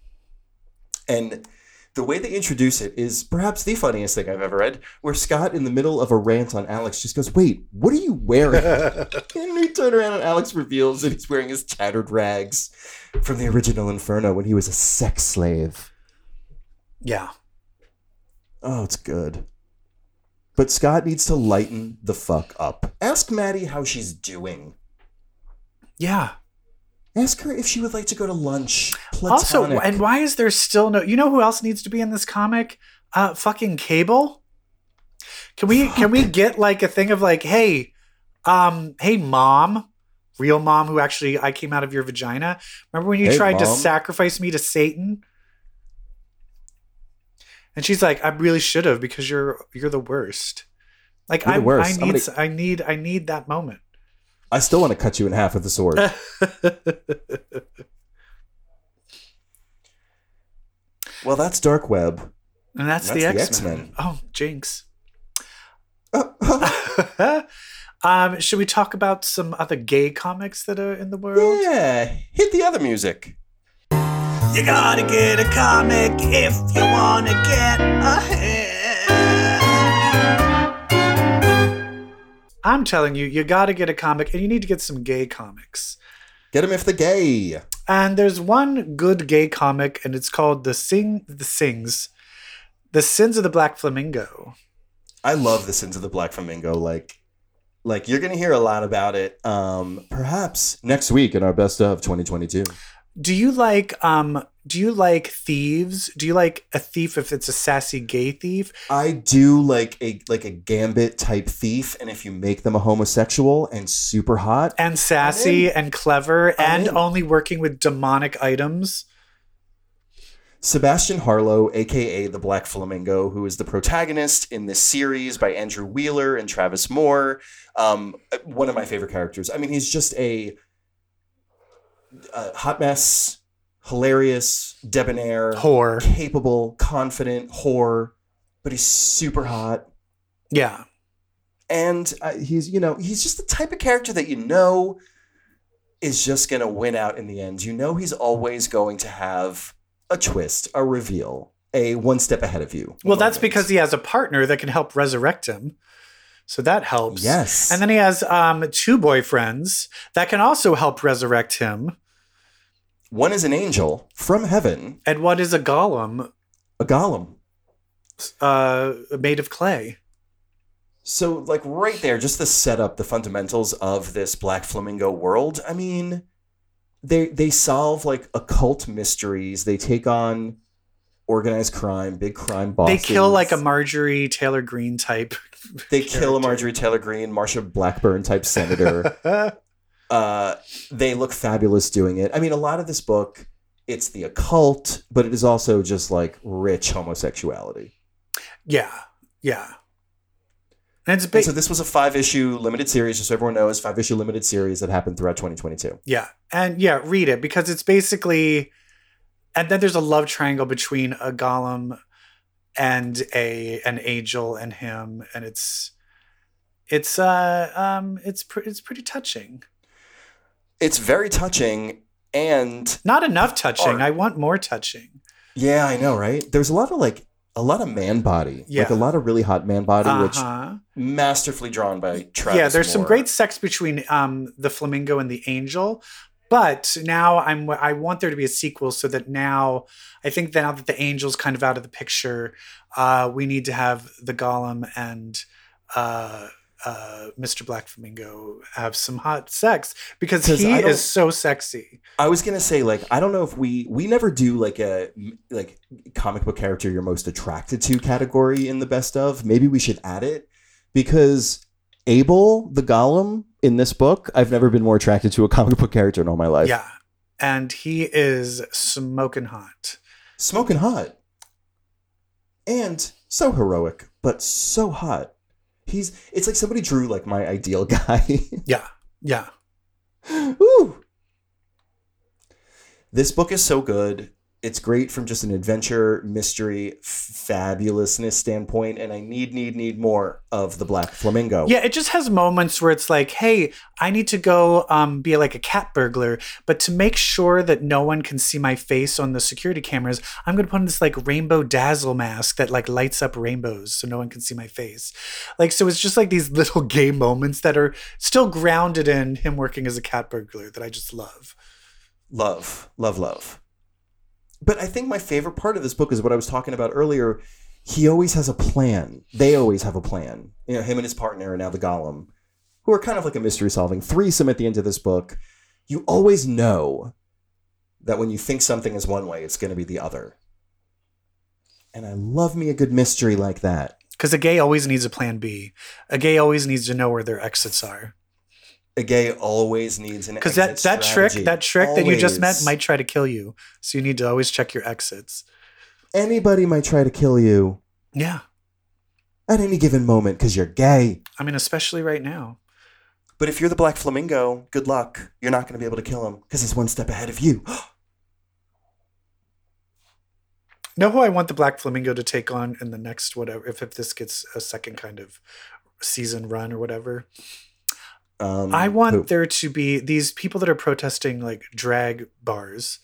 A: And the way they introduce it is perhaps the funniest thing I've ever read, where Scott, in the middle of a rant on Alex, just goes, Wait, what are you wearing? and we turn around and Alex reveals that he's wearing his tattered rags from the original Inferno when he was a sex slave.
B: Yeah.
A: Oh, it's good. But Scott needs to lighten the fuck up. Ask Maddie how she's doing.
B: Yeah.
A: Ask her if she would like to go to lunch.
B: Also,
A: Platonic.
B: and why is there still no? You know who else needs to be in this comic? Uh, fucking Cable. Can we can we get like a thing of like, hey, um, hey, mom, real mom, who actually I came out of your vagina. Remember when you
A: Hey,
B: tried to
A: Mom.
B: sacrifice me to Satan? And she's like, I really should have because you're you're the worst. Like
A: You're the
B: I'm,
A: worst.
B: I
A: I'm
B: need
A: gonna-
B: s- I need I need that moment.
A: I still want to cut you in half with the sword.
B: Uh.
A: well, that's Dark Web.
B: And that's,
A: That's
B: the
A: the
B: X Men.
A: X-Men.
B: Oh, Jinx. um, should we talk about some other gay comics that are in the world?
A: Yeah, hit the other music.
D: You gotta get a comic if you wanna get ahead.
B: I'm telling you, you got to get a comic, and you need to get some gay comics.
A: Get him if the gay.
B: And there's one good gay comic, and it's called the Sing the Sings, the Sins of the Black Flamingo.
A: I love the sins of the Black Flamingo. Like, like you're gonna hear a lot about it. Um, perhaps next week in our best of 2022.
B: Do you like um? Do you like thieves? Do you like a thief if it's a sassy gay thief?
A: I do like a like a gambit type thief, and if you make them a homosexual and super hot,
B: and sassy and clever
A: I'm
B: and
A: in.
B: only working with demonic items.
A: Sebastian Harlow, aka the Black Flamingo, who is the protagonist in this series by Andrew Wheeler and Travis Moore, um, one of my favorite characters. I mean, he's just a, a hot mess, hilarious, debonair,
B: Whore.
A: capable, confident whore, but he's super hot.
B: Yeah.
A: And uh, he's, you know, he's just the type of character that you know is just going to win out in the end. You know, he's always going to have a twist, a reveal, a one step ahead of you.
B: Well, that's
A: moment.
B: because he has a partner that can help resurrect him. So that helps.
A: Yes.
B: And then he has um, two boyfriends that can also help resurrect him.
A: one is an angel from heaven,
B: And what is a golem
A: a golem.
B: uh, made of clay?
A: So, like, right there, just the setup, the fundamentals of this Black Flamingo world. I mean, they they solve like occult mysteries. They take on organized crime, big crime bosses.
B: They kill like a Marjorie Taylor Green type.
A: they kill a Marjorie Taylor Greene, Marsha Blackburn type senator. uh, they look fabulous doing it. I mean, a lot of this book, it's the occult, but it is also just like rich homosexuality.
B: yeah. Yeah. And it's
A: And
B: big.
A: so this was a five issue limited series, just so everyone knows, five issue limited series that happened throughout 2022.
B: Yeah. And yeah, read it because it's basically and then there's a love triangle between a golem and a an angel and him and it's it's uh um it's pre- it's pretty touching.
A: It's very touching. And
B: Not enough touching.
A: Art.
B: I want more touching.
A: yeah, I know, right? There's a lot of like a a lot of man body,
B: Yeah.
A: like a lot of really hot man body, which
B: Uh-huh.
A: masterfully drawn by Travis.
B: Yeah, there's some
A: Moore.
B: great sex between um, the flamingo and the angel, but now I'm I want there to be a sequel so that now I think that now that the angel's kind of out of the picture, uh, we need to have the golem and uh, uh, Mr. Black Flamingo have some hot sex because
A: 'Cause
B: he
A: I don't-
B: is so sexy.
A: I was gonna say like I don't know if we we never do like a like comic book character you're most attracted to category in the best of. Maybe we should add it because Abel the Golem in this book, I've never been more attracted to a comic book character in all my life.
B: yeah, and he is smoking hot.
A: smoking hot, and so heroic, but so hot. He's it's like somebody drew like my ideal guy.
B: Yeah, yeah.
A: Woo! This book is so good. It's great from just an adventure, mystery, fabulousness standpoint, and I need, need, need more of the Black Flamingo.
B: Yeah, it just has moments where it's like, hey, I need to go um, be like a cat burglar, but to make sure that no one can see my face on the security cameras, I'm going to put on this like rainbow dazzle mask that like lights up rainbows so no one can see my face. Like, so it's just like these little gay moments that are still grounded in him working as a cat burglar that I just love.
A: love, love, love. But I think my favorite part of this book is what I was talking about earlier. He always has a plan. They always have a plan. You know, him and his partner, and now the Golem, who are kind of like a mystery solving threesome at the end of this book. You always know that when you think something is one way, it's going to be the other. And I love me a good mystery like that.
B: Because a gay always needs a plan B, a gay always needs to know where their exits are.
A: A gay always needs an
B: Because that,
A: exit
B: that trick,
A: strategy.
B: that trick that you just met
A: Always.
B: might try to kill you. So you need to always check your exits.
A: anybody might try to kill you
B: Yeah.
A: at any given moment because you're gay.
B: I mean, especially right now.
A: But if you're the Black Flamingo, good luck. You're not going to be able to kill him because he's one step ahead of you.
B: Know who I want the Black Flamingo to take on in the next whatever, if, if this gets a second kind of season run or whatever?
A: Um,
B: I want
A: who?
B: there to be these people that are protesting like drag bars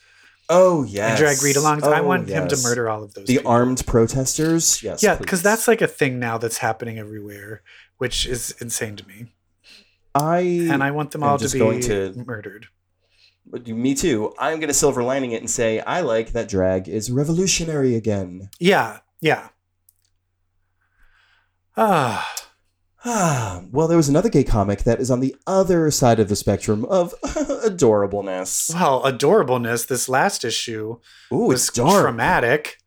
A: oh yes
B: and drag read alongs. I
A: Oh,
B: want him to
A: yes.
B: murder all of those.
A: the
B: people.
A: armed protesters. Yes,
B: Yeah, because
A: please.
B: that's like a thing now that's happening everywhere, which is insane to me.
A: I
B: And I want them
A: I'm
B: all to
A: just
B: be
A: going to-
B: murdered.
A: but you- me too. I'm going to silver lining it and say I like that drag is revolutionary again.
B: Yeah, yeah. Ah,
A: Ah, well, there was another gay comic that is on the other side of the spectrum of adorableness.
B: well, adorableness. This last issue
A: Ooh,
B: was
A: it's dark.
B: traumatic.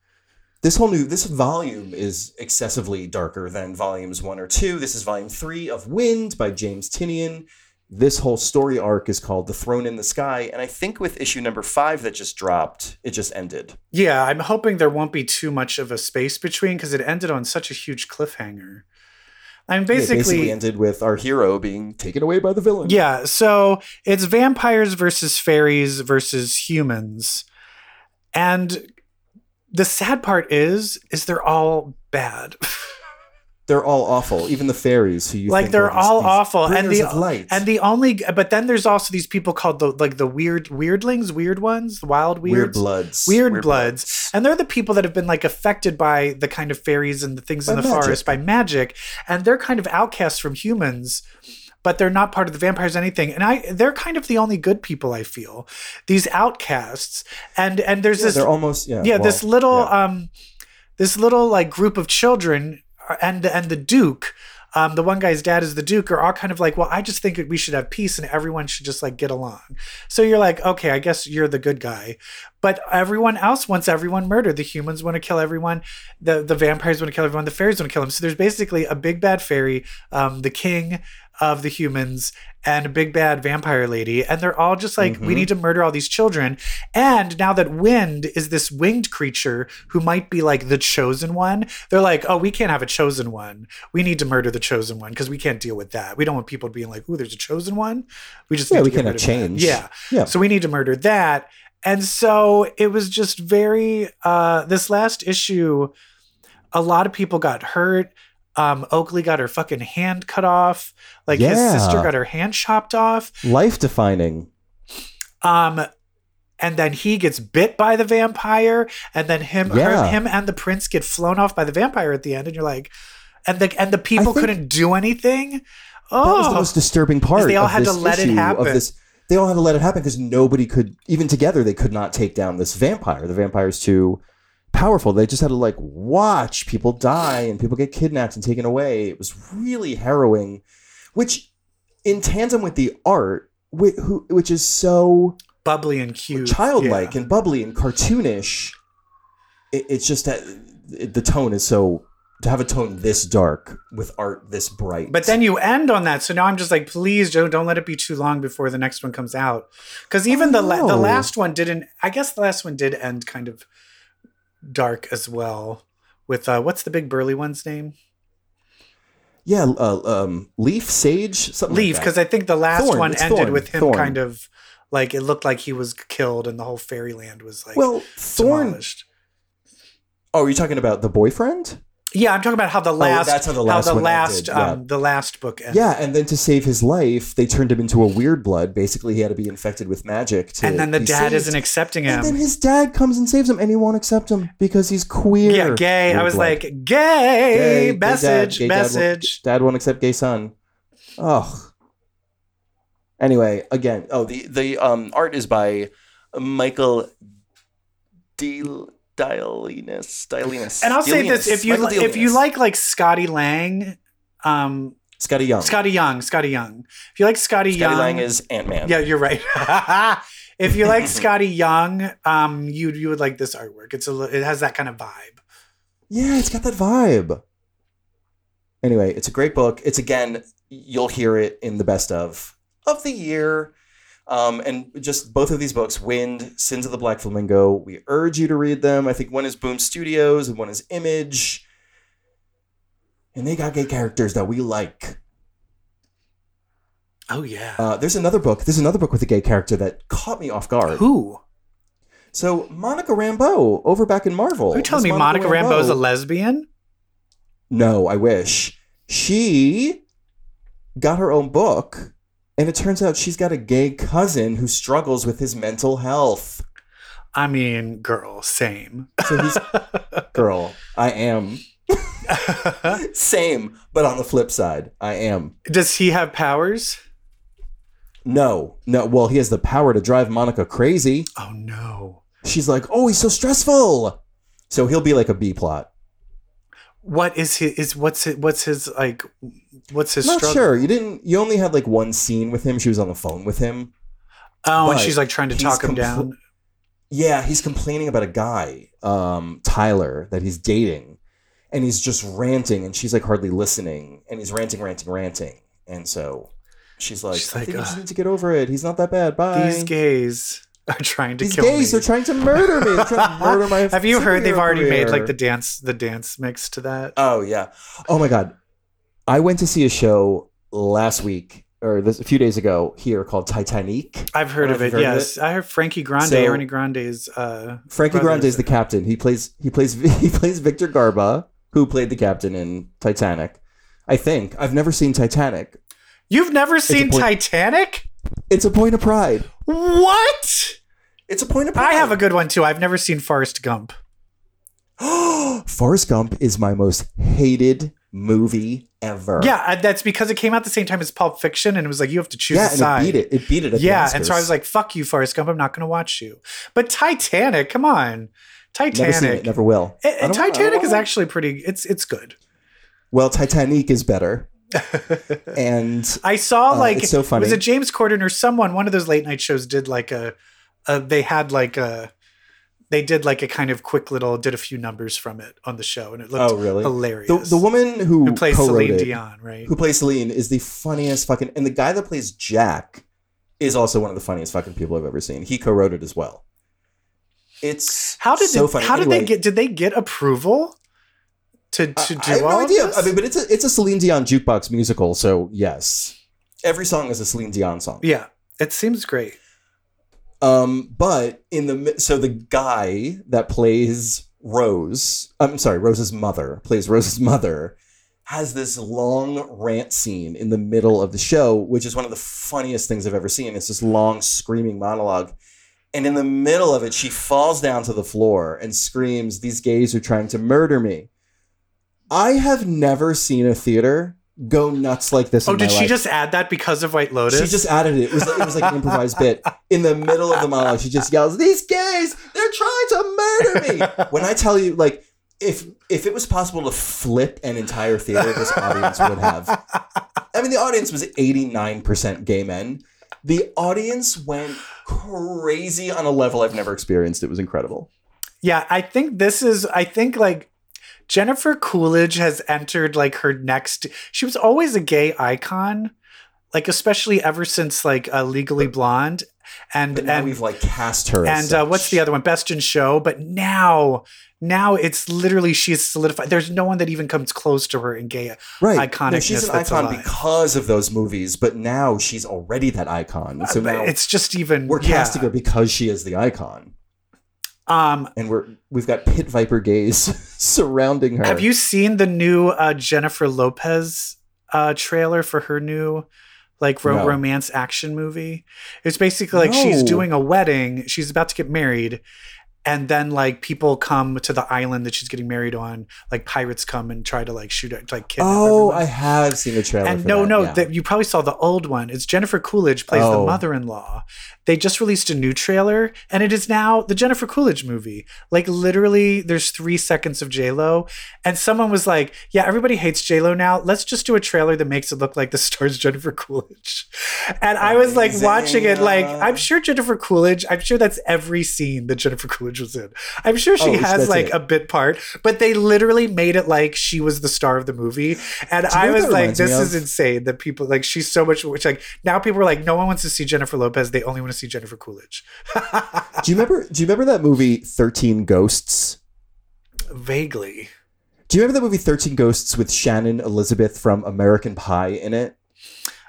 A: this whole new this volume is excessively darker than volumes one or two this is volume three of wind by james tinian this whole story arc is called the throne in the sky and i think with issue number five that just dropped it just ended
B: Yeah, I'm hoping there won't be too much of a space between because it ended on such a huge cliffhanger. I'm
A: it basically
B: basically,
A: ended with our hero being taken away by the villain
B: yeah, so it's vampires versus fairies versus humans. And the sad part is is they're all bad.
A: they're all awful even the fairies who you
B: like
A: think
B: they're
A: are these-
B: all
A: these
B: awful and
A: bringers
B: the
A: of light
B: and the only but then there's also these people called the like the weird weirdlings, weird ones, the wild weirds.
A: weird bloods
B: Weird Bloods. And they're the people that have been like affected by the kind of fairies and the things in
A: By
B: the
A: magic.
B: forest by magic. And they're kind of outcasts from humans, but they're not part of the vampires or anything. And I they're kind of the only good people I feel. These outcasts. And and there's
A: Yeah,
B: this
A: they're almost yeah
B: yeah,
A: well,
B: this little
A: yeah.
B: um this little like group of children uh, and and the duke um, the one guy's dad is the Duke, are all kind of like, well, I just think that we should have peace and everyone should just like get along. So you're like, okay, I guess you're the good guy, but everyone else wants everyone murdered. The humans want to kill everyone, the the vampires want to kill everyone, the fairies want to kill them. So there's basically a big bad fairy, um, the king of the humans, and a big bad vampire lady, and they're all just like, we
A: Mhm.
B: need to murder all these children. And now that Wind is this winged creature who might be like the chosen one, they're like, oh, we can't have a chosen one. We need to murder the chosen one because we can't deal with that. We don't want people being like, ooh, there's a chosen one. We just
A: yeah
B: need
A: we
B: to get
A: can't have
B: rid of that.
A: change
B: Yeah.
A: yeah
B: So we need to murder that. And so it was just very uh this last issue, a lot of people got hurt. Um, Oakley got her fucking hand cut off. Like his
A: Yeah.
B: sister got her hand chopped off.
A: life defining
B: Um and then he gets bit by the vampire, and then him, her-
A: Yeah.
B: him, and the prince get flown off by the vampire at the end, and you're like, and the and the people
A: think-
B: couldn't do anything.
A: That was
B: Oh,
A: the most disturbing part.
B: they all
A: of
B: had to
A: this
B: let it
A: issue,
B: happen.
A: Of this, they all had to let it happen because nobody could, even together, they could not take down this vampire. The vampire's too powerful. They just had to like watch people die and people get kidnapped and taken away. It was really harrowing, which, in tandem with the art, whi- who- which is so
B: bubbly and cute,
A: childlike
B: Yeah.
A: and bubbly and cartoonish. It, it's just that it, the tone is so to have a tone this dark with art this bright.
B: But then you end on that, so now I'm just like, please don't don't let it be too long before the next one comes out, because even the la- the
A: Oh.
B: last one didn't. I guess the last one did end kind of dark as well. With uh, what's the big burly one's name?
A: yeah, uh, um, leaf sage something.
B: Leave,
A: like
B: because
A: that.
B: I think the last
A: Thorn,
B: one
A: it's
B: ended
A: Thorn,
B: with him
A: Thorn.
B: kind of like it looked like he was killed, and the whole fairyland was like
A: well, Thorn.
B: demolished.
A: Oh, are you talking about the boyfriend?
B: Yeah, I'm talking about how the last
A: Oh, that's how the last
B: the
A: one
B: last
A: ended, yeah.
B: um, the last book ended.
A: Yeah, and then to save his life, they turned him into a weird blood. Basically, he had to be infected with magic. To
B: and then the
A: be
B: dad
A: saved.
B: isn't accepting him.
A: And then his dad comes and saves him, and he won't accept him because he's queer.
B: Yeah, gay. I
A: Weird
B: was
A: blood.
B: like, gay,
A: gay dad-
B: message,
A: gay dad won't-
B: message.
A: Dad won't accept gay son. Oh. Anyway, again, oh the the um art is by Michael Deal Dialinus. Dialinus.
B: and I'll say this: if you li- if you like like Scotty Lang, um,
A: Scotty Young.
B: Scotty Young, Scotty Young. If you like Scotty
A: Scotty
B: Young,
A: Lang is Ant Man.
B: yeah, you're right. if you like Scotty Young, um, you you would like this artwork. It's a li- it has that kind of vibe.
A: Yeah, it's got that vibe. Anyway, it's a great book. It's again, you'll hear it in the best of of the year. Um, and just both of these books, Wind, Sins of the Black Flamingo, we urge you to read them. I think one is Boom Studios and one is Image. And they got gay characters that we like.
B: Oh yeah.
A: Uh, there's another book. There's another book with a gay character that caught me off guard.
B: Who?
A: So Monica Rambeau over back in Marvel.
B: Are you telling
A: Miss
B: me Monica Rambeau is a
A: Rambeau-
B: lesbian?
A: No, I wish. She got her own book, and it turns out she's got a gay cousin who struggles with his mental health.
B: I mean, girl, same.
A: So he's girl, I am. Same, but on the flip side, I am.
B: Does he have powers?
A: No, no. Well, he has the power to drive Monica crazy.
B: Oh no.
A: She's like, oh, he's so stressful. So he'll be like a B plot.
B: what is his is what's his, what's his like what's his
A: Not
B: struggle?
A: sure. You didn't. You only had like one scene with him. She was on the phone with him.
B: Oh, and
A: but
B: she's like trying to
A: he's
B: talk him
A: compl-
B: down.
A: Yeah, he's complaining about a guy, um, Tyler, that he's dating, and he's just ranting, and she's like hardly listening, and he's ranting, ranting, ranting, and so she's like,
B: She's
A: "I
B: like, uh,
A: think you just
B: "Ugh.
A: need to get over it. He's not that bad. Bye."
B: These gays are trying to
A: These
B: kill
A: gays
B: me.
A: are trying to murder me. They're trying to murder my.
B: Have you heard they've
A: superhero
B: already made like
A: career."
B: the dance the dance mix to that?
A: Oh yeah. Oh my god. I went to see a show last week or this a few days ago here called Titanic.
B: I've heard
A: I've
B: of it.
A: heard of
B: yes, I heard Frankie Grande,
A: So-
B: Ernie Grande's. Uh,
A: Frankie
B: Brothers
A: Grande is the
B: in it.
A: captain. He plays he plays he plays Victor Garba, who played the captain in Titanic. I think I've never seen Titanic.
B: you've never seen
A: point-
B: Titanic?
A: It's a point of pride.
B: What?
A: It's a point of pride.
B: I have a good one too. I've never seen Forrest Gump.
A: Forrest Gump is my most hated movie ever.
B: Yeah, I- that's because it came out the same time as Pulp Fiction, and it was like you have to choose
A: yeah,
B: a
A: and
B: side.
A: it beat it. It beat it. At the
B: yeah, and so I
A: Oscars.
B: was like, "Fuck you, Forrest Gump. I'm not going to watch you." But Titanic, come on,
A: never
B: Titanic.
A: seen it, never will.
B: Eh, eh,
A: I don't wanna- I don't
B: Titanic is
A: wanna-
B: actually pretty. It's it's good.
A: Well, Titanic is better. and
B: I saw
A: Uh,
B: like
A: it's so funny.
B: was it James Corden or someone? One of those late night shows did like a, a they had like a. They did like a kind of quick little, did a few numbers from it on the show, and it looked
A: Oh, really?
B: hilarious.
A: the, the woman who,
B: who plays
A: co-wrote
B: Celine
A: it,
B: Dion, right?
A: who plays Celine, is the funniest fucking. And the guy that plays Jack is also one of the funniest fucking people I've ever seen. He co-wrote it as well. It's
B: how did
A: so
B: they,
A: funny.
B: how did
A: Anyway,
B: they get did they get approval to
A: I-
B: to do
A: I have
B: all
A: no
B: of
A: idea.
B: this?
A: I mean, but it's a it's a Celine Dion jukebox musical, so yes, every song is a Celine Dion song.
B: yeah, it seems great.
A: Um, but in the mi- so the guy that plays Rose, I'm sorry, Rose's mother plays Rose's mother, has this long rant scene in the middle of the show, which is one of the funniest things I've ever seen. It's this long screaming monologue, And in the middle of it, she falls down to the floor and screams, These gays are trying to murder me. I have never seen a theater go nuts like this.
B: Oh,
A: in my
B: did she
A: life.
B: just add that because of White Lotus?
A: She just added it. It was, like, it was like an improvised bit. In the middle of the monologue, she just yells, These gays, they're trying to murder me. When I tell you, like, if if it was possible to flip an entire theater, this audience would have. I mean, the audience was 89% gay men. The audience went crazy on a level I've never experienced. It was incredible.
B: Yeah, I think this is I think like Jennifer Coolidge has entered like her next she was always a gay icon like especially ever since like uh, Legally Blonde and
A: But now
B: and
A: we've like cast her. as
B: and uh, what's
A: such.
B: the other one Best in Show but now now it's literally she's solidified there's no one that even comes close to her in gay
A: right? No,
B: iconicness
A: she's an
B: that's
A: icon
B: alive.
A: because of those movies, but now she's already that icon. So now
B: it's just even
A: we're
B: yeah.
A: casting her because she is the icon,
B: um
A: and we're we've got pit viper gays surrounding her.
B: Have you seen the new uh, Jennifer Lopez uh, trailer for her new like ro-
A: No.
B: romance action movie? It's basically like she's
A: No.
B: doing a wedding, she's about to get married, and then like people come to the island that she's getting married on, like pirates come and try to like shoot her, to, like kidnap.
A: Oh,
B: everyone.
A: I have seen the trailer.
B: And
A: for
B: no,
A: that,
B: no,
A: yeah.
B: that you probably saw the old one. It's Jennifer Coolidge plays the
A: Oh.
B: mother-in-law. They just released a new trailer, and it is now the Jennifer Coolidge movie. Like literally, there's three seconds of J Lo, and someone was like, "Yeah, everybody hates J Lo now. Let's just do a trailer that makes it look like the stars Jennifer Coolidge." And I was like watching it, like
A: Amazing.
B: I'm sure Jennifer Coolidge. I'm sure that's every scene that Jennifer Coolidge was in. I'm sure she
A: Oh,
B: has
A: that's
B: like
A: it.
B: a bit part, but they literally made it like she was the star of the movie, and
A: you know
B: I
A: what
B: was
A: that
B: like,
A: reminds me
B: this
A: of?
B: is insane that people like she's so much which like now people are like, no one wants to see Jennifer Lopez, they only want to see Jennifer Coolidge.
A: do you remember? Do you remember that movie Thirteen Ghosts?
B: Vaguely.
A: Do you remember that movie Thirteen Ghosts with Shannon Elizabeth from American Pie in it?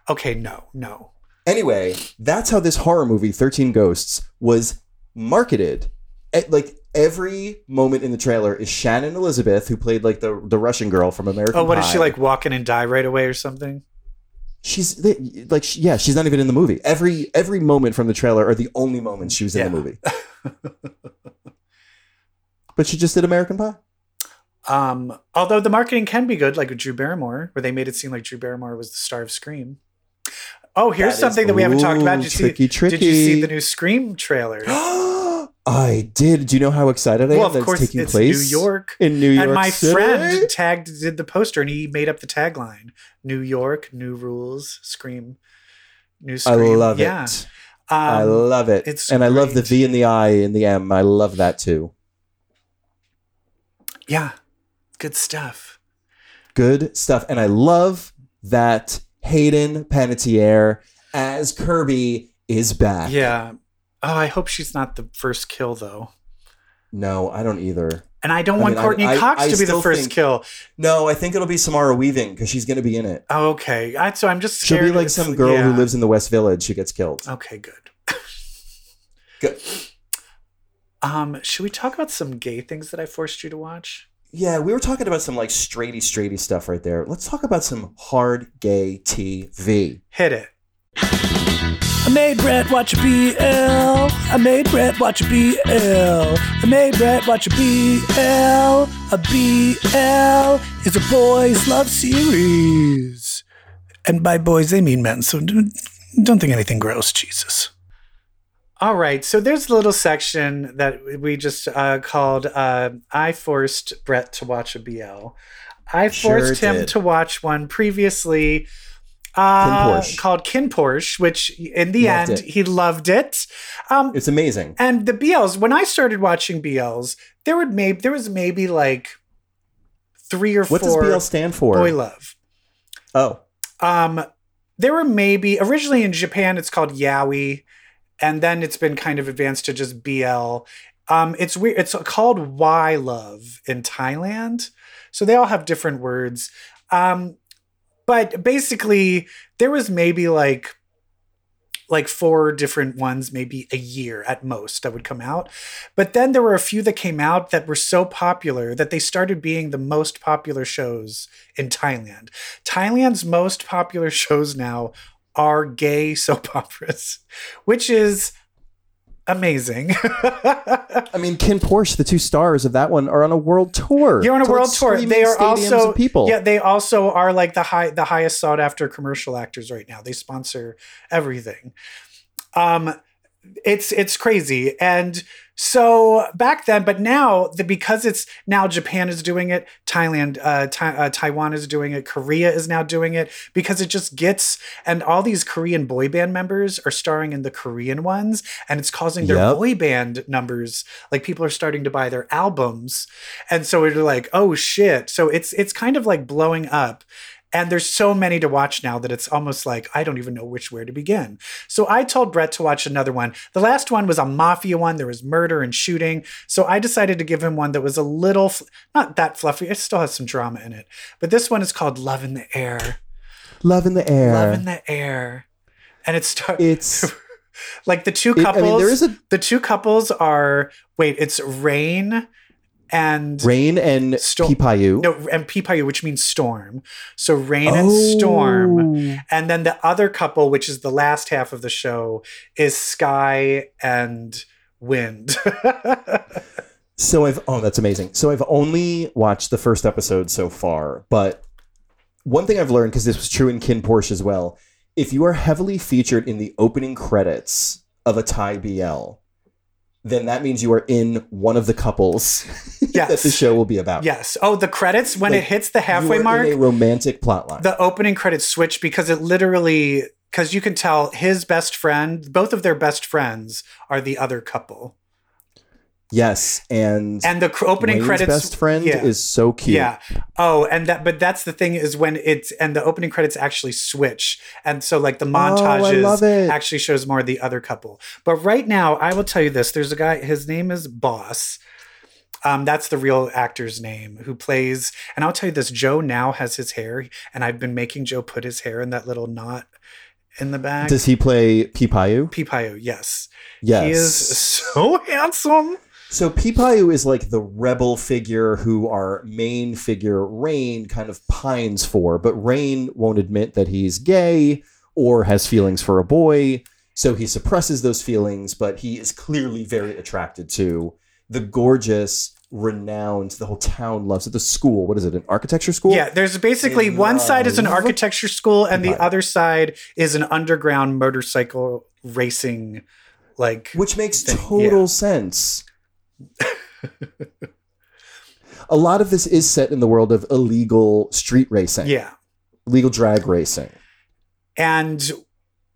B: Okay, no, no.
A: Anyway, that's how this horror movie, 13 Ghosts, was marketed. E- like every moment in the trailer is Shannon Elizabeth, who played like the, the Russian girl from American
B: Oh, what is she
A: Pie.
B: like walking and die right away or something?
A: She's they, like, she, yeah, she's not even in the movie. Every every moment from the trailer are the only moments she was in
B: Yeah.
A: the movie. but she just did American Pie.
B: Um, although the marketing can be good, like with Drew Barrymore, where they made it seem like Drew Barrymore was the star of Scream. Oh, here's
A: That is-
B: something that we haven't talked about. Did
A: Ooh,
B: you,
A: tricky,
B: see, did you see
A: tricky.
B: the new Scream trailer?
A: I did. Do you know how excited I
B: well,
A: am
B: of
A: that's
B: course,
A: taking
B: it's
A: place
B: New York.
A: in New York
B: and my
A: City?
B: friend tagged did the poster and he made up the tagline new york new rules scream new
A: I
B: scream
A: love
B: yeah.
A: it.
B: um,
A: I love it.
B: it's
A: and I love the
B: great.
A: V and the I and the M. I love that too.
B: yeah good stuff
A: Good stuff. And I love that Hayden Panettiere as Kirby is back.
B: yeah oh i hope she's not the first kill though
A: No, I don't either.
B: and i don't
A: I
B: want
A: mean, I-
B: courtney
A: I-
B: cox
A: I
B: to be the
A: still
B: first
A: think-
B: kill
A: No, I think it'll be Samara Weaving because she's going to be in it.
B: oh, okay I, so i'm just
A: She'll
B: scared Uh,
A: be like
B: it's-
A: some girl
B: yeah.
A: who lives in the West Village who gets killed.
B: okay good
A: Good.
B: um should we talk about some gay things that i forced you to watch
A: Yeah, we were talking about some like straighty, straighty stuff right there. Let's talk about some hard gay TV.
B: hit it
D: I made Brett watch a BL. I made Brett watch a BL. I made Brett watch a BL. A BL is a boys' love series.
B: And by boys, they mean men, so d- don't think anything gross, Jesus. All right, so there's a little section that we just uh, called uh, I Forced Brett to Watch a BL. I
A: Sure
B: forced him
A: did.
B: to watch one previously uh,
A: Porsche.
B: called Kin Porsche, which in the
A: Loved
B: end,
A: it.
B: he loved it. Um,
A: It's amazing.
B: and the BLs, when I started watching BLs, there would maybe there was maybe like three or
A: What does
B: four
A: BL stand for?
B: boy love.
A: Oh,
B: Um, there were maybe originally in Japan it's called yaoi, and then it's been kind of advanced to just BL. Um, it's weird. It's called Y love in Thailand, so they all have different words. Um, but basically, there was maybe like like four different ones maybe a year at most that would come out but then there were a few that came out that were so popular that they started being the most popular shows in Thailand. Thailand's most popular shows now are gay soap operas, which is amazing.
A: I mean, Ken Porsche, the two stars of that one, are on a world tour.
B: You're on a
A: To, like,
B: world tour.
A: streaming
B: They are
A: stadiums
B: also
A: of people.
B: Yeah, they also are like the high the highest sought after commercial actors right now. They sponsor everything. Um it's it's crazy. And so back then, but now the, because it's now Japan is doing it, Thailand, uh, Ti- uh, Taiwan is doing it, Korea is now doing it because it just gets and all these Korean boy band members are starring in the Korean ones, and it's causing their
A: Yep.
B: boy band numbers like people are starting to buy their albums, and so we're like, oh shit! So it's it's kind of like blowing up. And there's so many to watch now that it's almost like I don't even know which where to begin. So I told Brett to watch another one. The last one was a mafia one. There was murder and shooting. So I decided to give him one that was a little, fl- not that fluffy. It still has some drama in it. But this one is called Love in the Air.
A: Love in the air.
B: Love in the Air. And it starts
A: it's
B: like the two
A: it- I
B: couples.
A: mean, there is a
B: the two couples are wait, it's Rain and
A: rain and
B: Storm-
A: Pipayu.
B: no and Pipayu, which means storm. So Rain and
A: Oh.
B: Storm. And then the other couple, which is the last half of the show, is Sky and Wind.
A: So I've oh that's amazing. So I've only watched the first episode so far, but one thing I've learned because this was true in Kin Porsche as well. If you are heavily featured in the opening credits of a Thai BL, then that means you are in one of the couples that
B: Yes.
A: the show will be about.
B: yes. Oh, the credits when it
A: Like,
B: hits the halfway
A: you are
B: mark,
A: in a romantic plotline.
B: the opening credits switch because it literally because you can tell his best friend, both of their best friends are the other couple,
A: yes, and,
B: and the cr- opening
A: Wayne's
B: credits.
A: best friend
B: yeah.
A: is so cute.
B: Yeah. Oh, and that but that's the thing is when it's and the opening credits actually switch. And so like the montages
A: Oh, love it.
B: actually shows more the other couple. But right now, I will tell you this. There's a guy, his name is Boss. Um, that's the real actor's name who plays, and I'll tell you this, Joe now has his hair, and I've been making Joe put his hair in that little knot in the back.
A: Does he play Pipayu?
B: Pipayo, yes.
A: Yes.
B: He is so handsome.
A: So Peepayu is like the rebel figure who our main figure Rain kind of pines for, but Rain won't admit that he's gay or has feelings for a boy, so he suppresses those feelings, but he is clearly very attracted to the gorgeous, renowned, the whole town loves it. The school, what is it, an architecture school?
B: Yeah, there's basically
A: They
B: one side is an
A: love
B: architecture school, and the
A: Dubai.
B: other side is an underground motorcycle racing. Like,
A: Which makes
B: thing,
A: total sense. a lot of this is set in the world of illegal street racing,
B: yeah.
A: legal drag racing.
B: And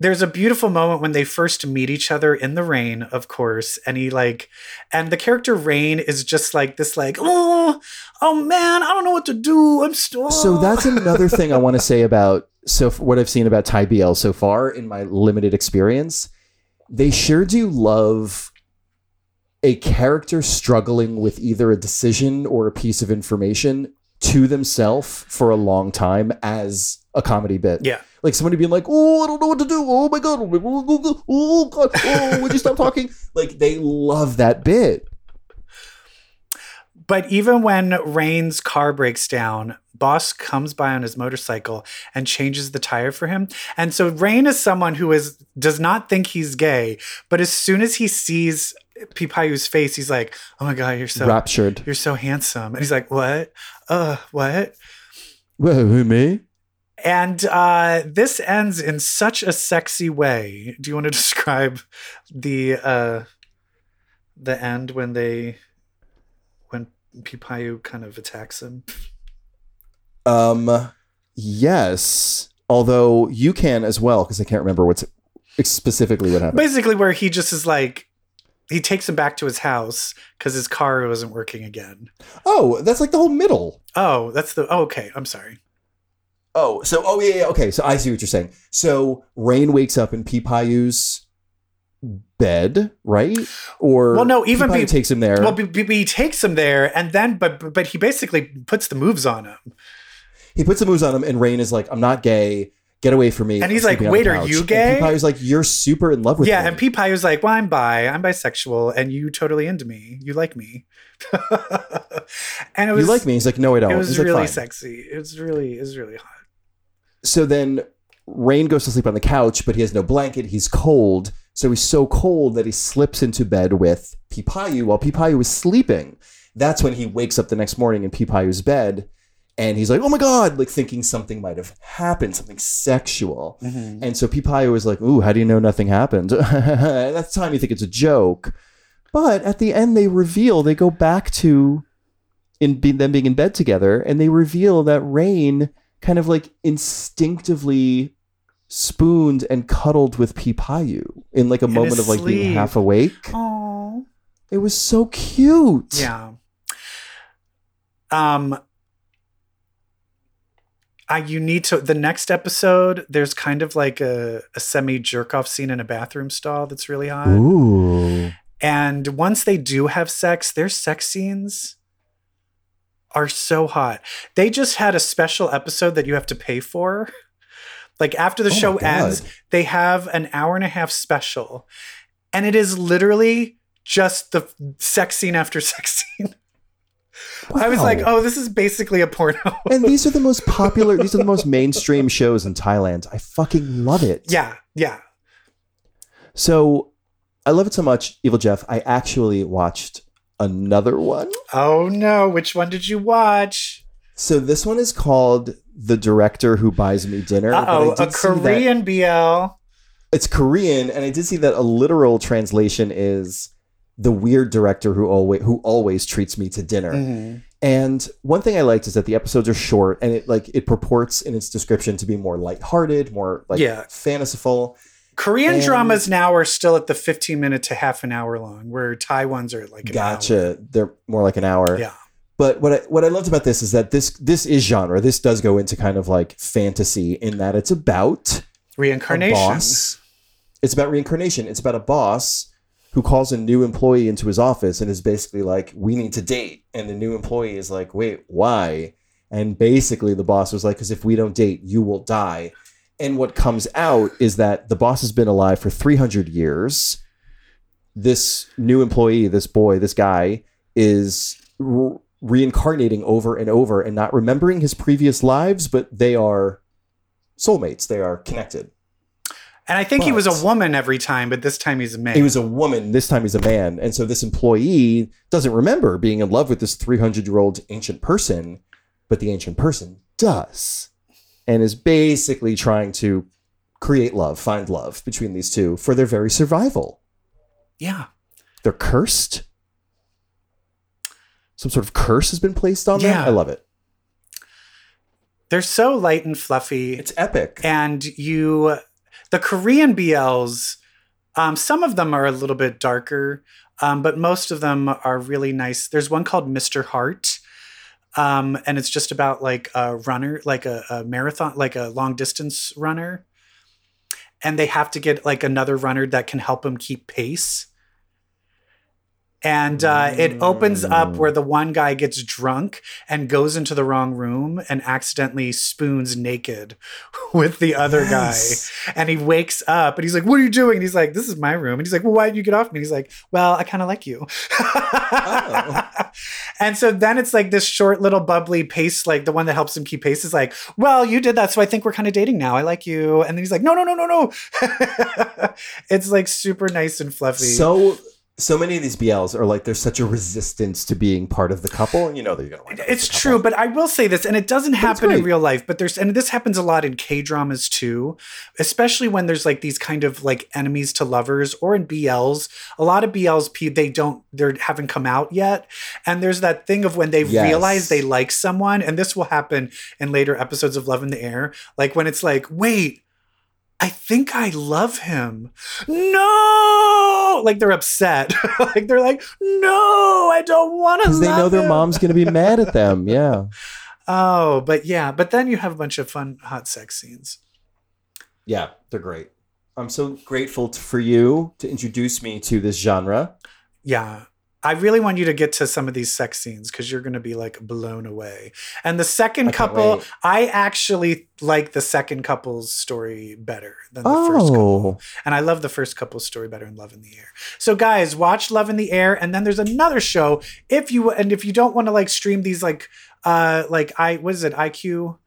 B: there's a beautiful moment when they first meet each other in the rain, of course. And he, like, and the character Rain is just like this, like, oh, oh man, I don't know what to do. I'm still.
A: So that's another thing I want to say about so f- what I've seen about Thai BL so far in my limited experience. They sure do love a character struggling with either a decision or a piece of information to themselves for a long time as a comedy bit.
B: Yeah.
A: Like somebody being like, "Oh, I don't know what to do. Oh my god. Oh god. Oh, would you stop talking?" Like they love that bit.
B: But even when Rain's car breaks down, Boss comes by on his motorcycle and changes the tire for him. And so Rain is someone who is does not think he's gay, but as soon as he sees Pipayu's face, he's like, "Oh my god, you're so
A: Raptured.
B: you're so handsome." And he's like, "What? Uh, what?"
A: Well, who me?
B: And uh, this ends in such a sexy way. Do you want to describe the uh, the end when they when Pipayu kind of attacks him?
A: Um, yes. Although you can as well, because I can't remember what's specifically what happened.
B: basically where he just is like he takes him back to his house because his car wasn't working again
A: oh, that's like the whole middle.
B: oh that's the oh, okay i'm sorry
A: Oh, so oh yeah, yeah, okay. So I see what you're saying. So Rain wakes up in Peepayu's bed, right? Or
B: Well, no, even
A: Peepayu
B: Pe-
A: takes him there.
B: well B- B- he takes him there and then but but he basically puts the moves on him
A: he puts the moves on him, and Rain is like, "I'm not gay. Get away from me."
B: And he's
A: I'm
B: like,
A: sleeping on
B: "Wait,
A: the
B: are
A: couch."
B: you
A: And
B: gay?
A: Peepayu's like, "You're super in love with
B: yeah
A: me."
B: and Peepai was like well i'm bi i'm bisexual and you totally into me you like me and it was
A: you like me? He's like, "No, I don't."
B: it was
A: He's like,
B: really
A: "Fine."
B: sexy it was really it was really hot
A: so then Rain goes to sleep on the couch, but he has no blanket. He's cold. So he's so cold that he slips into bed with Pipayu while Pipayu is sleeping. That's when he wakes up the next morning in Pipayu's bed and he's like, oh my God, like thinking something might have happened, something sexual.
B: Mm-hmm.
A: And so Pipayo is like, ooh, how do you know nothing happened? at the time, you think it's a joke. But at the end, they reveal, they go back to in be, them being in bed together, and they reveal that Rain kind of like instinctively spooned and cuddled with Pipayu in like a
B: his
A: moment of like being
B: sleep.
A: half awake.
B: Oh.
A: It was so cute.
B: Yeah. Um I you need to the next episode, there's kind of like a, a semi jerk off scene in a bathroom stall that's really hot.
A: Ooh.
B: And once they do have sex, their sex scenes are so hot. They just had a special episode that you have to pay for. Like after the
A: Oh my
B: show
A: God.
B: ends, they have an hour and a half special. And it is literally just the f- sex scene after sex scene. I was
A: Wow.
B: like, oh, this is basically a porno.
A: And these are the most popular, these are the most mainstream shows in Thailand. I fucking love it.
B: yeah, yeah.
A: So I love it so much, Evil Jeff. I actually watched another one.
B: Oh no, which one did you watch?
A: So this one is called The Director Who Buys Me Dinner.
B: Uh
A: but I
B: oh,
A: did
B: a
A: see that-
B: Korean BL.
A: it's Korean, and I did see that a literal translation is the weird director who always who always treats me to dinner.
B: Mm.
A: And one thing I liked is that the episodes are short and it like it purports in its description to be more lighthearted, more like
B: Yeah.
A: fanciful.
B: Korean
A: And-
B: dramas now are still at the 15 minute to half an hour long, where Thai ones are like an hour.
A: Gotcha. They're more like an hour.
B: Yeah.
A: But what I what I loved about this is that this this is genre. This does go into kind of like fantasy in that it's about
B: Reincarnation.
A: a boss. It's about reincarnation. It's about a boss who calls a new employee into his office and is basically like, "We need to date." And the new employee is like, "Wait, why?" And basically, the boss was like, "Because if we don't date, you will die." And what comes out is that the boss has been alive for 300 years. This new employee, this boy, this guy is re- reincarnating over and over and not remembering his previous lives, but they are soulmates. They are connected.
B: And I think he was
A: But-
B: a woman every time, but this time he's a man.
A: He was a woman. This time he's a man. And so this employee doesn't remember being in love with this 300 year old ancient person, but the ancient person does and is basically trying to create love, find love between these two for their very survival.
B: yeah.
A: They're cursed. Some sort of curse has been placed on
B: Yeah.
A: them. I love it.
B: They're so light and fluffy.
A: It's epic.
B: and you, the Korean BLs, um, some of them are a little bit darker, um, but most of them are really nice. There's one called Mr. Heart. Um, and it's just about like a runner, like a, a marathon, like a long distance runner. And they have to get like another runner that can help him keep pace. And uh, it opens up where the one guy gets drunk and goes into the wrong room and accidentally spoons naked with the other guy.
A: Yes.
B: And he wakes up and he's like, What are you doing? And he's like, This is my room. And he's like, Well, why did you get off me? And he's like, Well, I kind of like you.
A: Oh.
B: And so then it's like this short little bubbly pace, like the one that helps him keep pace is like, Well, you did that. So I think we're kind of dating now. I like you. And then he's like, No, no, no, no, no. it's like super nice and fluffy.
A: So. So many of these BLs are like there's such a resistance to being part of the couple, and you know that you're gonna. Wind up with
B: it's
A: the couple.
B: true, but I will say this, and it doesn't
A: it's
B: happen in
A: great.
B: real life, but there's, and this happens a lot in K dramas too, especially when there's like these kind of like enemies to lovers or in BLs. A lot of BLs, pe- they don't, they haven't come out yet. And there's that thing of when they
A: Yes.
B: realize they like someone, and this will happen in later episodes of Love in the Air, like when it's like, wait, I think I love him. No, like they're upset. like they're like, no, I don't want to.
A: because they know their
B: him.
A: mom's going to be mad at them. Yeah.
B: Oh, but yeah, but then you have a bunch of fun hot sex scenes.
A: Yeah, they're great. I'm so grateful t- for you to introduce me to this genre.
B: Yeah. I really want you to get to some of these sex scenes because you're going to be like blown away. And the second
A: I can't
B: couple,
A: wait.
B: I actually like the second couple's story better than the first
A: Oh,
B: couple. And I love the first couple's story better in Love in the Air. So guys, watch Love in the Air. And then there's another show. If you, and if you don't want to like stream these, like, uh, like I, what is it? IQ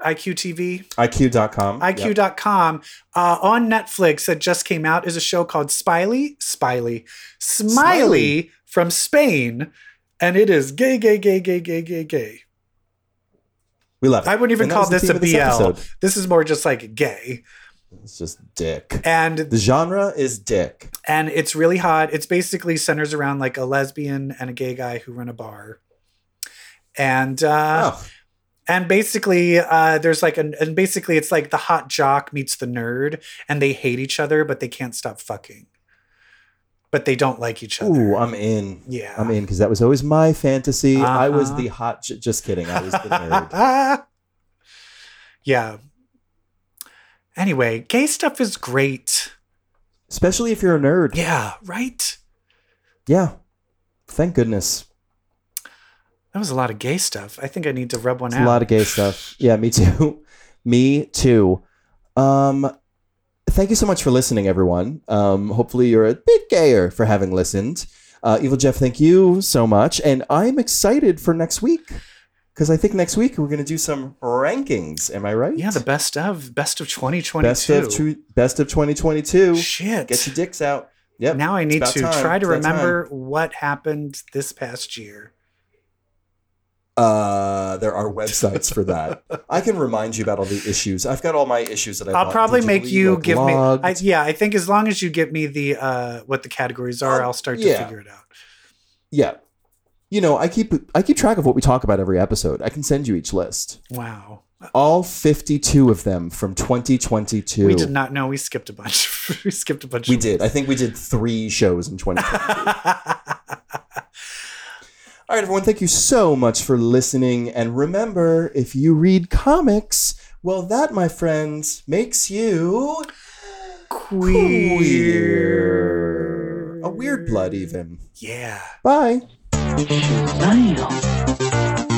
B: IQTV,
A: IQ.com. Yep.
B: IQ.com. Uh, on Netflix that just came out is a show called Spiley, Spiley, Smiley,
A: Smiley.
B: from Spain. And it is gay, gay, gay, gay, gay, gay, gay.
A: We love it.
B: I wouldn't even
A: And that
B: call
A: was the
B: this
A: theme
B: a
A: of this
B: BL.
A: episode.
B: This is more just like gay.
A: It's just dick.
B: And
A: The genre is dick.
B: and it's really hot. It's basically centers around like a lesbian and a gay guy who run a bar. And uh,
A: oh,
B: and basically uh, there's like an and basically it's like the hot jock meets the nerd and they hate each other but they can't stop fucking. But they don't like each other.
A: Oh, ooh, I'm in.
B: yeah.
A: I'm in because that was always my fantasy. I was
B: Uh-huh.
A: the hot. J- just kidding. I was the nerd.
B: yeah. Anyway, gay stuff is great.
A: Especially if you're a nerd.
B: Yeah, right?
A: Yeah. Thank goodness.
B: That was a lot of gay stuff. I think I need to rub one
A: It's
B: out.
A: a lot of gay stuff. Yeah, me too. me too. Um, thank you so much for listening, everyone. Um, hopefully you're a bit gayer for having listened. Uh, Evil Jeff, thank you so much, and I'm excited for next week because I think next week we're gonna do some rankings. Am I right?
B: yeah, the best of best of 2022.
A: best of two, best of 2022.
B: Shit.
A: Get your dicks out. Yep.
B: now I need
A: about
B: to
A: time.
B: try to
A: It's about
B: remember what happened this past year.
A: Uh, there are websites for that. I can remind you about all the issues. I've got all my issues that I've
B: I'll
A: lo-
B: probably make
A: digitally,
B: you
A: like,
B: give me
A: logged.
B: I, yeah, I think as long as you give me the uh what the categories are,
A: Um,
B: I'll start
A: yeah.
B: to figure it out.
A: yeah. You know, I keep I keep track of what we talk about every episode. I can send you each list.
B: Wow.
A: All 52 of them from 2022.
B: We did not know we skipped a bunch. we skipped a bunch.
A: We
B: of-
A: did. I think we did 3 shows in 2022. All right, everyone, thank you so much for listening and remember, if you read comics, well that, my friends, makes you
B: Queer.
A: a weird blood even.
B: Yeah.
A: Bye.
E: Damn.